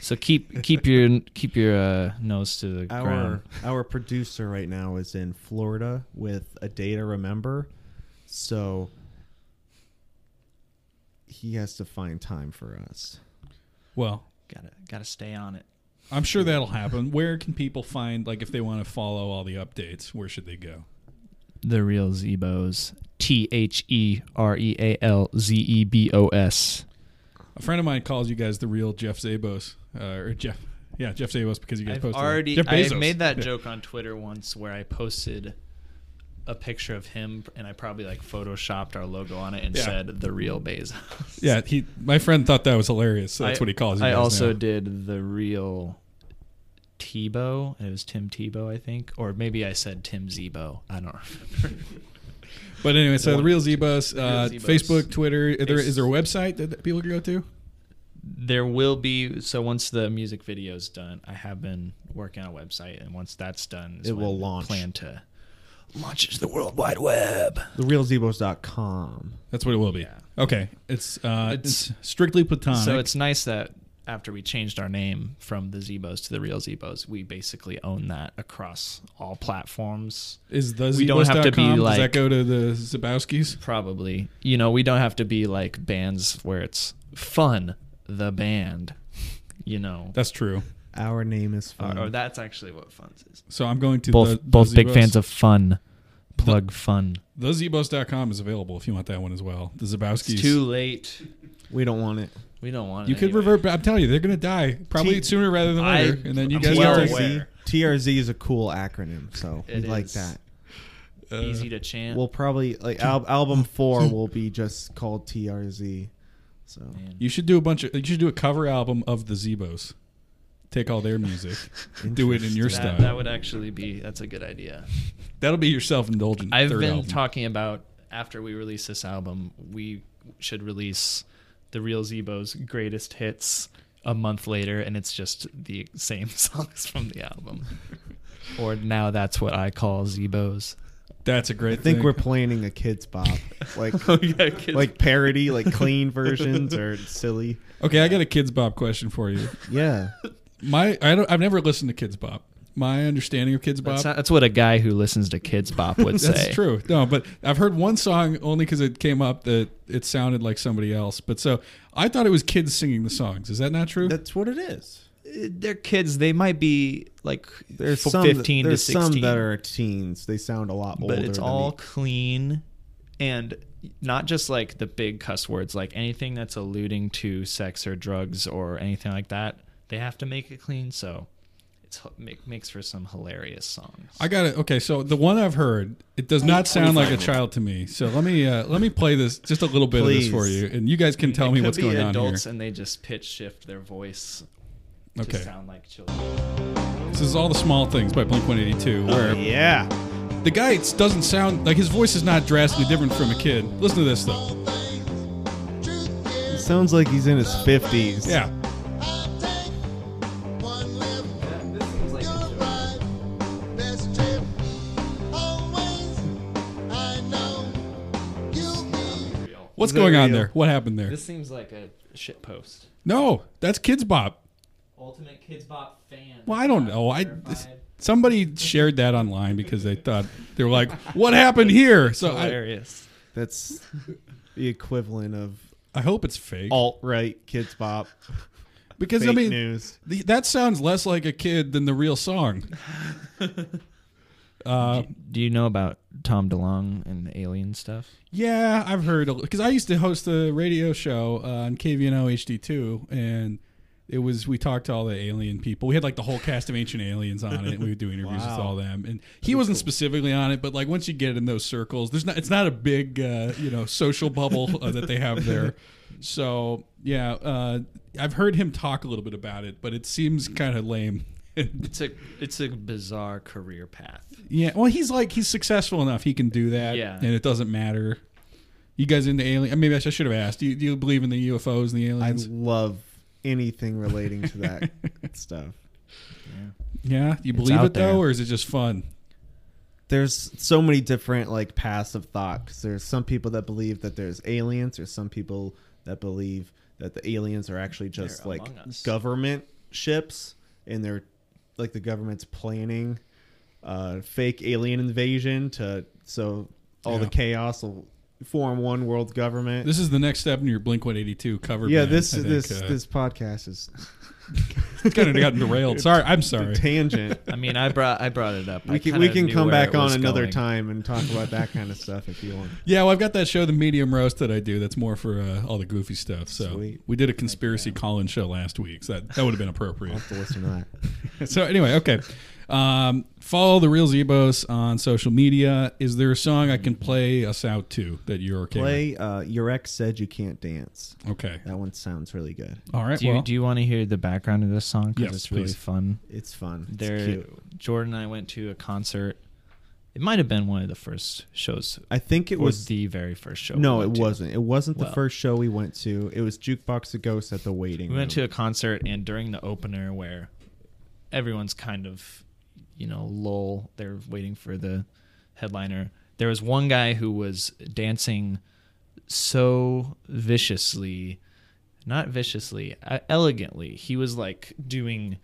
S4: so keep keep your keep your uh, nose to the ground.
S3: our our producer right now is in Florida with a day to remember, so he has to find time for us.
S1: well,
S4: Gotta gotta stay on it.
S1: I'm sure that'll happen. Where can people find like if they want to follow all the updates? Where should they go?
S4: The real Zebos. T H E R E A L Z E B O S.
S1: A friend of mine calls you guys the real Jeff Zabos, uh, or Jeff, yeah, Jeff Zabos, because you guys
S4: I've
S1: posted
S4: already
S1: Jeff
S4: I
S1: Bezos.
S4: made that
S1: Yeah.
S4: joke on Twitter once where I posted a picture of him and I probably like photoshopped our logo on it and
S1: Yeah.
S4: said the real Bezos.
S1: Yeah, he. My friend thought that was hilarious. So that's
S4: I-
S1: what he calls you.
S4: I
S1: guys
S4: also
S1: now.
S4: did the real Tebow. It was Tim Tebow, I think, or maybe I said Tim Zebo. I don't remember.
S1: But anyway, so the
S4: One,
S1: real
S4: two,
S1: Zabos, uh,
S4: Real Zabos.
S1: Facebook, Twitter. Is there, is there a website that people can go to?
S4: there will be so once the music video is done, I have been working on a website, and once that's done, is
S3: It
S4: when
S3: will
S4: I
S3: launch.
S4: Plan to launch into the World Wide Web.
S3: Therealzebos.com.
S1: That's what it will be.
S4: Yeah.
S1: Okay, it's uh, it's,
S4: It's-
S1: strictly platonic.
S4: So it's nice that after we changed our name from the Zebos to the Real Zebos, we basically own that across all platforms.
S1: is the
S4: we don't have to be
S1: Zabos.com, Does that
S4: like-
S1: go to the Zabowskis?
S4: Probably. You know, we don't have to be like bands where it's fun, the band, you know.
S1: That's true.
S3: Our name is fun.
S4: or, or that's actually what fun's is.
S1: So I'm going to
S4: Both
S1: the, the
S4: both big
S1: Zabos.
S4: fans of fun. Plug fun.
S1: thezebos.com is available if you want that one as well. The Zabowskis.
S4: It's too late.
S3: we don't want it.
S4: We don't want it.
S1: You could
S4: anyway.
S1: revert, but I'm telling you, they're going to die probably
S4: T-
S1: sooner rather than
S4: I-
S1: later. and then you
S4: I'm
S1: guys
S4: well
S1: are
S4: aware.
S3: TRZ, TRZ is a cool acronym, so we
S4: It
S3: like
S4: is.
S3: that.
S4: easy to chant.
S3: We'll probably like al- album four will be just called TRZ. So
S4: Man.
S1: You should do a bunch of. You should do a cover album of the Zebos. Take all their music, do it in your style.
S4: that, that would actually be that's a good idea.
S1: That'll be your self-indulgent.
S4: I've
S1: third
S4: been
S1: album.
S4: talking about after we release this album, we should release the Real Zebo's greatest hits a month later, and it's just the same songs from the album. or now that's what I call Zebo's.
S1: That's a great.
S3: I think
S1: thing.
S3: we're planning a kids bop, like
S4: yeah, kids.
S3: like parody, like clean versions or silly.
S1: okay. I got a Kids Bop question for you.
S3: Yeah,
S1: My, I don't. I've never listened to Kids Bop. My understanding of Kids Bop.
S4: that's, not- that's what a guy who listens to Kids Bop would say.
S1: That's true. No, but I've heard one song only because it came up that it sounded like somebody else. But so I thought it was kids singing the songs. Is that not true?
S3: that's what it is.
S4: Uh, They're kids. They might be like
S3: There's
S4: f-
S3: some that-
S4: 15
S3: there's
S4: to 16.
S3: some that are teens. They sound a lot older.
S4: but it's
S3: than
S4: all
S3: me.
S4: clean and not just like the big cuss words like anything that's alluding to sex or drugs or anything like that they have to make it clean so it's h- make, makes for some hilarious songs
S1: I got it. Okay, so the one I've heard, it does not sound like a child to me. So let me uh, let me play this just a little bit of this
S3: Please.
S1: for you, and you guys can tell me
S4: It could
S1: what's
S4: be
S1: going on here.
S4: adults and they just pitch shift their voice to
S1: Okay.
S4: sound like children.
S1: This is all the small things by Blink 182, where
S3: Um, Yeah.
S1: the guy s- doesn't sound like his voice is not drastically different from a kid. Listen to this though.
S3: Sounds like he's in his 50s.
S1: Yeah, what's
S4: Is that
S1: going on
S4: real?
S1: there? What happened there?
S4: This seems like a shit post.
S1: No, that's Kids Bop.
S4: Ultimate Kids Bop fan.
S1: Well, I don't know. I somebody shared that online because they thought they were like, "What happened here?" So I,
S4: hilarious.
S3: That's the equivalent of
S1: I hope it's fake
S3: alt right kids bop.
S1: because
S3: Fake
S1: I mean
S3: news.
S1: the- that sounds less like a kid than the real song. Uh,
S4: Do you know about Tom DeLonge and the alien stuff?
S1: Yeah, I've heard because I used to host a radio show uh, on KVNO HD2, and it was we talked to all the alien people. We had like the whole cast of Ancient Aliens on it. and We would do interviews with all them, and he wasn't specifically on it, but like once you get in those circles, there's not it's not a big uh, you know social bubble uh, that they have there. So yeah, uh, I've heard him talk a little bit about it, but it seems kind of lame.
S4: It's a it's a bizarre career path.
S1: Yeah, well, he's like he's successful enough; he can do that,
S4: Yeah.
S1: and it doesn't matter. You guys into alien? Maybe I should have asked. Do you, do you believe in the UFOs and the
S3: I
S1: aliens?
S3: love anything relating to that stuff.
S1: yeah, you believe
S4: out
S1: it
S4: there.
S1: though, or is it just fun?
S3: There's so many different like paths of thought 'cause there's some people that believe that there's aliens, there's some people that believe that the aliens are actually just
S4: They're
S3: like
S4: among us.
S3: government ships and they're like the government's planning uh, fake alien invasion to so all
S1: Yeah.
S3: the chaos will form one world government.
S1: This is the next step in your Blink One Eighty Two cover.
S3: yeah,
S1: band,
S3: this
S1: I think,
S3: this
S1: uh,
S3: this podcast is
S1: it's kind of gotten derailed. Sorry, I'm sorry.
S3: tangent.
S4: I mean, I brought I brought it up. I
S3: we can
S4: kinda
S3: we can
S4: knew
S3: come
S4: where
S3: back
S4: it
S3: on
S4: was
S3: another
S4: going.
S3: time and talk about that kind of stuff if you want.
S1: Yeah, well, I've got that show, The Medium Roast, that I do. That's more for uh, all the goofy stuff. So
S3: Sweet.
S1: we did a conspiracy call-in show last week, so that that would have been appropriate.
S3: I'll have to listen to that.
S1: so anyway, okay. Um, follow the real Zebos on social media. Is there a song I can play us out to that you're okay? with?
S3: Play uh, Your Ex Said You Can't Dance.
S1: Okay.
S3: That one sounds really good.
S1: All right.
S4: Do you,
S1: well,
S4: do you want to hear the background of this song? Because
S1: Yes,
S4: it's really
S1: please.
S4: fun.
S3: It's fun. It's
S4: There,
S3: cute.
S4: Jordan and I went to a concert. It might have been one of the first shows.
S3: I think it
S4: It was
S3: was.
S4: the very first show. we
S3: no, it
S4: went to.
S3: wasn't. It wasn't
S4: Well.
S3: the first show we went to. It was Jukebox the Ghost at the Waiting.
S4: We went to
S3: Room.
S4: a concert, and during the opener, where everyone's kind of, you know, lull, they're waiting for the headliner. There was one guy who was dancing so viciously, not viciously, uh, elegantly. He was like doing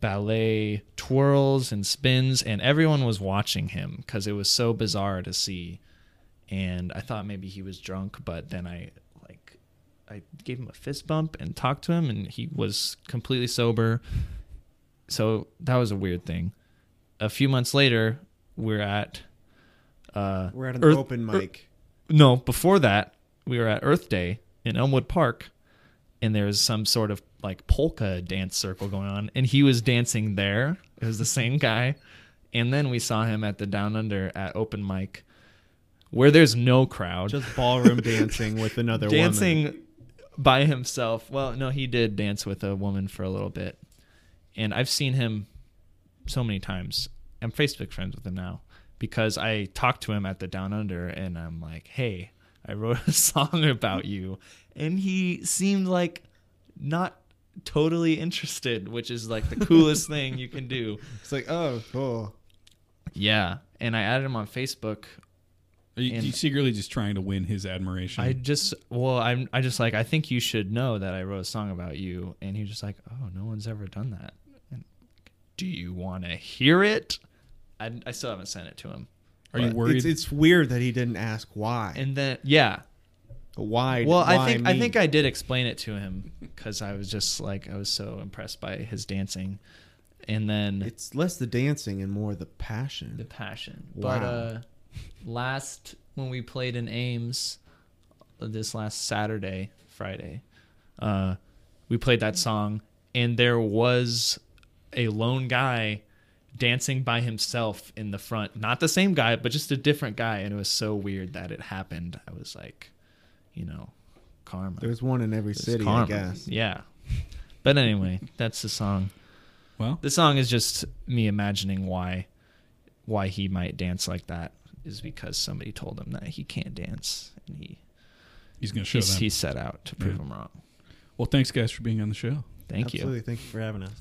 S4: ballet twirls and spins, and everyone was watching him because it was so bizarre to see. And I thought maybe he was drunk, but then I like I gave him a fist bump and talked to him, and he was completely sober. So that was a weird thing. A few months later, we're at uh,
S3: We're at an
S4: Earth-
S3: open
S4: Earth-
S3: mic.
S4: no, before that, we were at Earth Day in Elmwood Park, and there was some sort of like polka dance circle going on, and he was dancing there. It was the same guy. And then we saw him at the Down Under at open mic, where there's no crowd,
S3: Just ballroom dancing with another
S4: dancing
S3: woman.
S4: by himself. Well, no, he did dance with a woman for a little bit, and I've seen him so many times. I'm Facebook friends with him now because I talked to him at the Down Under, and I'm like, "Hey, I wrote a song about you," and he seemed like not totally interested, which is like the coolest thing you can do.
S3: It's like, oh, cool.
S4: Yeah, and I added him on Facebook
S1: are you,
S4: and-
S1: you secretly just trying to win his admiration?
S4: I just well, I'm I just like I think you should know that I wrote a song about you, and he was just like, oh, no one's ever done that. And do you want to hear it? I, I still haven't sent it to him.
S1: are you worried?
S3: It's, it's weird that he didn't ask why.
S4: And then yeah,
S3: why?
S4: well, I
S3: why
S4: think I
S3: me?
S4: think I did explain it to him because I was just like I was so impressed by his dancing, and then
S3: It's less the dancing and more the passion.
S4: the passion. But
S3: Wow.
S4: uh, last when we played in Ames, uh, this last Saturday, Friday, uh, we played that song, and there was a lone guy dancing by himself in the front. Not the same guy, but just a different guy, and it was so weird that it happened. I was like, you know, karma.
S3: There's one in every
S4: It's
S3: city, I
S4: karma.
S3: guess.
S4: Yeah. But anyway, that's the song.
S1: Well,
S4: The song is just me imagining why why he might dance like that is because somebody told him that he can't dance and he
S1: he's going to show
S4: he's,
S1: them.
S4: he set out to prove
S1: Yeah.
S4: him wrong.
S1: Well, thanks, guys, for being on the show.
S4: Thank
S3: Absolutely.
S4: you.
S3: Thank you for having us.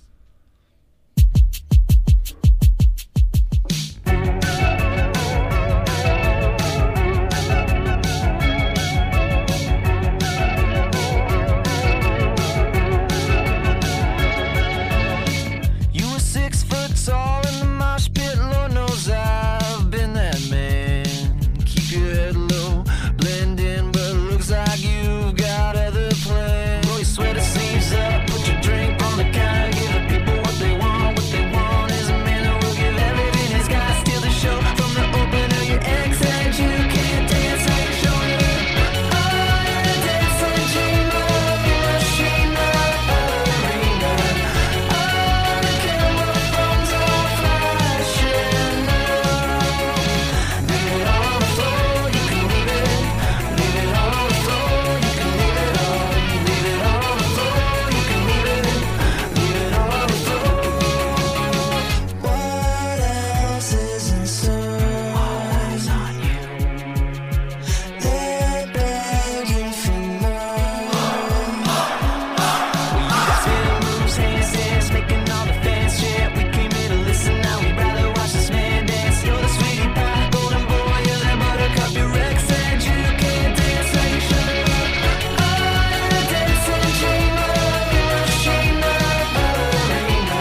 S2: You were six foot tall in the mosh pit. Lord knows I've been that man. Keep your head low, blend in, but it looks like you've got other plans. Roll your sweater sleeves up, put your drink on the counter, give the people what they want. What they want is a man who will give everything he's got. Steal the show from the opener, your ex said you can't dance like Jonah. Oh, you're the dancing dreamer, you're a dreamer, arena. Making all the fans chant. We came here to listen. Now we'd rather watch this man dance. You're the sweetie pie, golden boy. You're that buttercup. Your ex said you can't dance, so you shut her up. Oh, you're the dancing dreamer. You're a shamer, ballerina.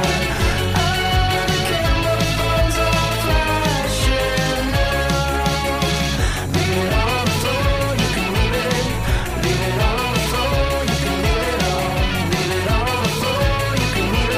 S2: Oh, the camera phones are flashing now. Leave it on the floor. You can leave it. Leave it on the floor. You can leave it on. Leave it on the floor. You can leave it. Leave it on the floor.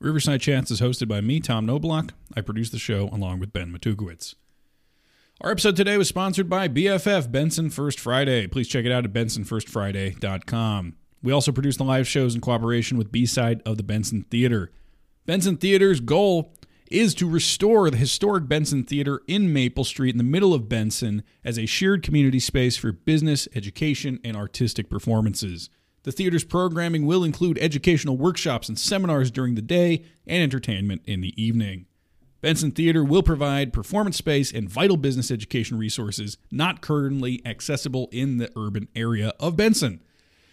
S1: Riverside Chats is hosted by me, Tom Noblock. I produce the show along with Ben Matugowitz. Our episode today was sponsored by BFF Benson First Friday. Please check it out at bensonfirstfriday.com. We also produce the live shows in cooperation with B-Side of the Benson Theater. Benson Theater's goal is to restore the historic Benson Theater in Maple Street in the middle of Benson as a shared community space for business, education, and artistic performances. The theater's programming will include educational workshops and seminars during the day and entertainment in the evening. Benson Theater will provide performance space and vital business education resources not currently accessible in the urban area of Benson.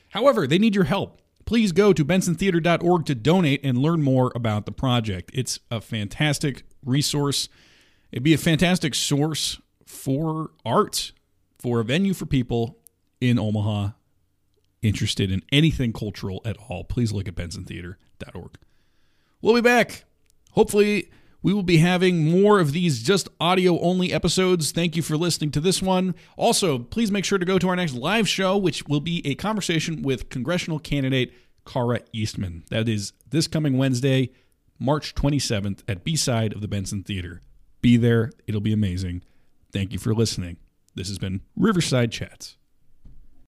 S1: However, they need your help. Please go to bensontheater.org to donate and learn more about the project. It's a fantastic resource. It'd be a fantastic source for art, for a venue for people in Omaha interested in anything cultural at all. Please look at bensontheater.org. We'll be back. Hopefully, we will be having more of these just audio only episodes. Thank you for listening to this one. Also, please make sure to go to our next live show, which will be a conversation with congressional candidate Kara Eastman. That is this coming Wednesday, March 27th at B side of the Benson Theater. Be there, it'll be amazing. Thank you for listening. This has been Riverside Chats.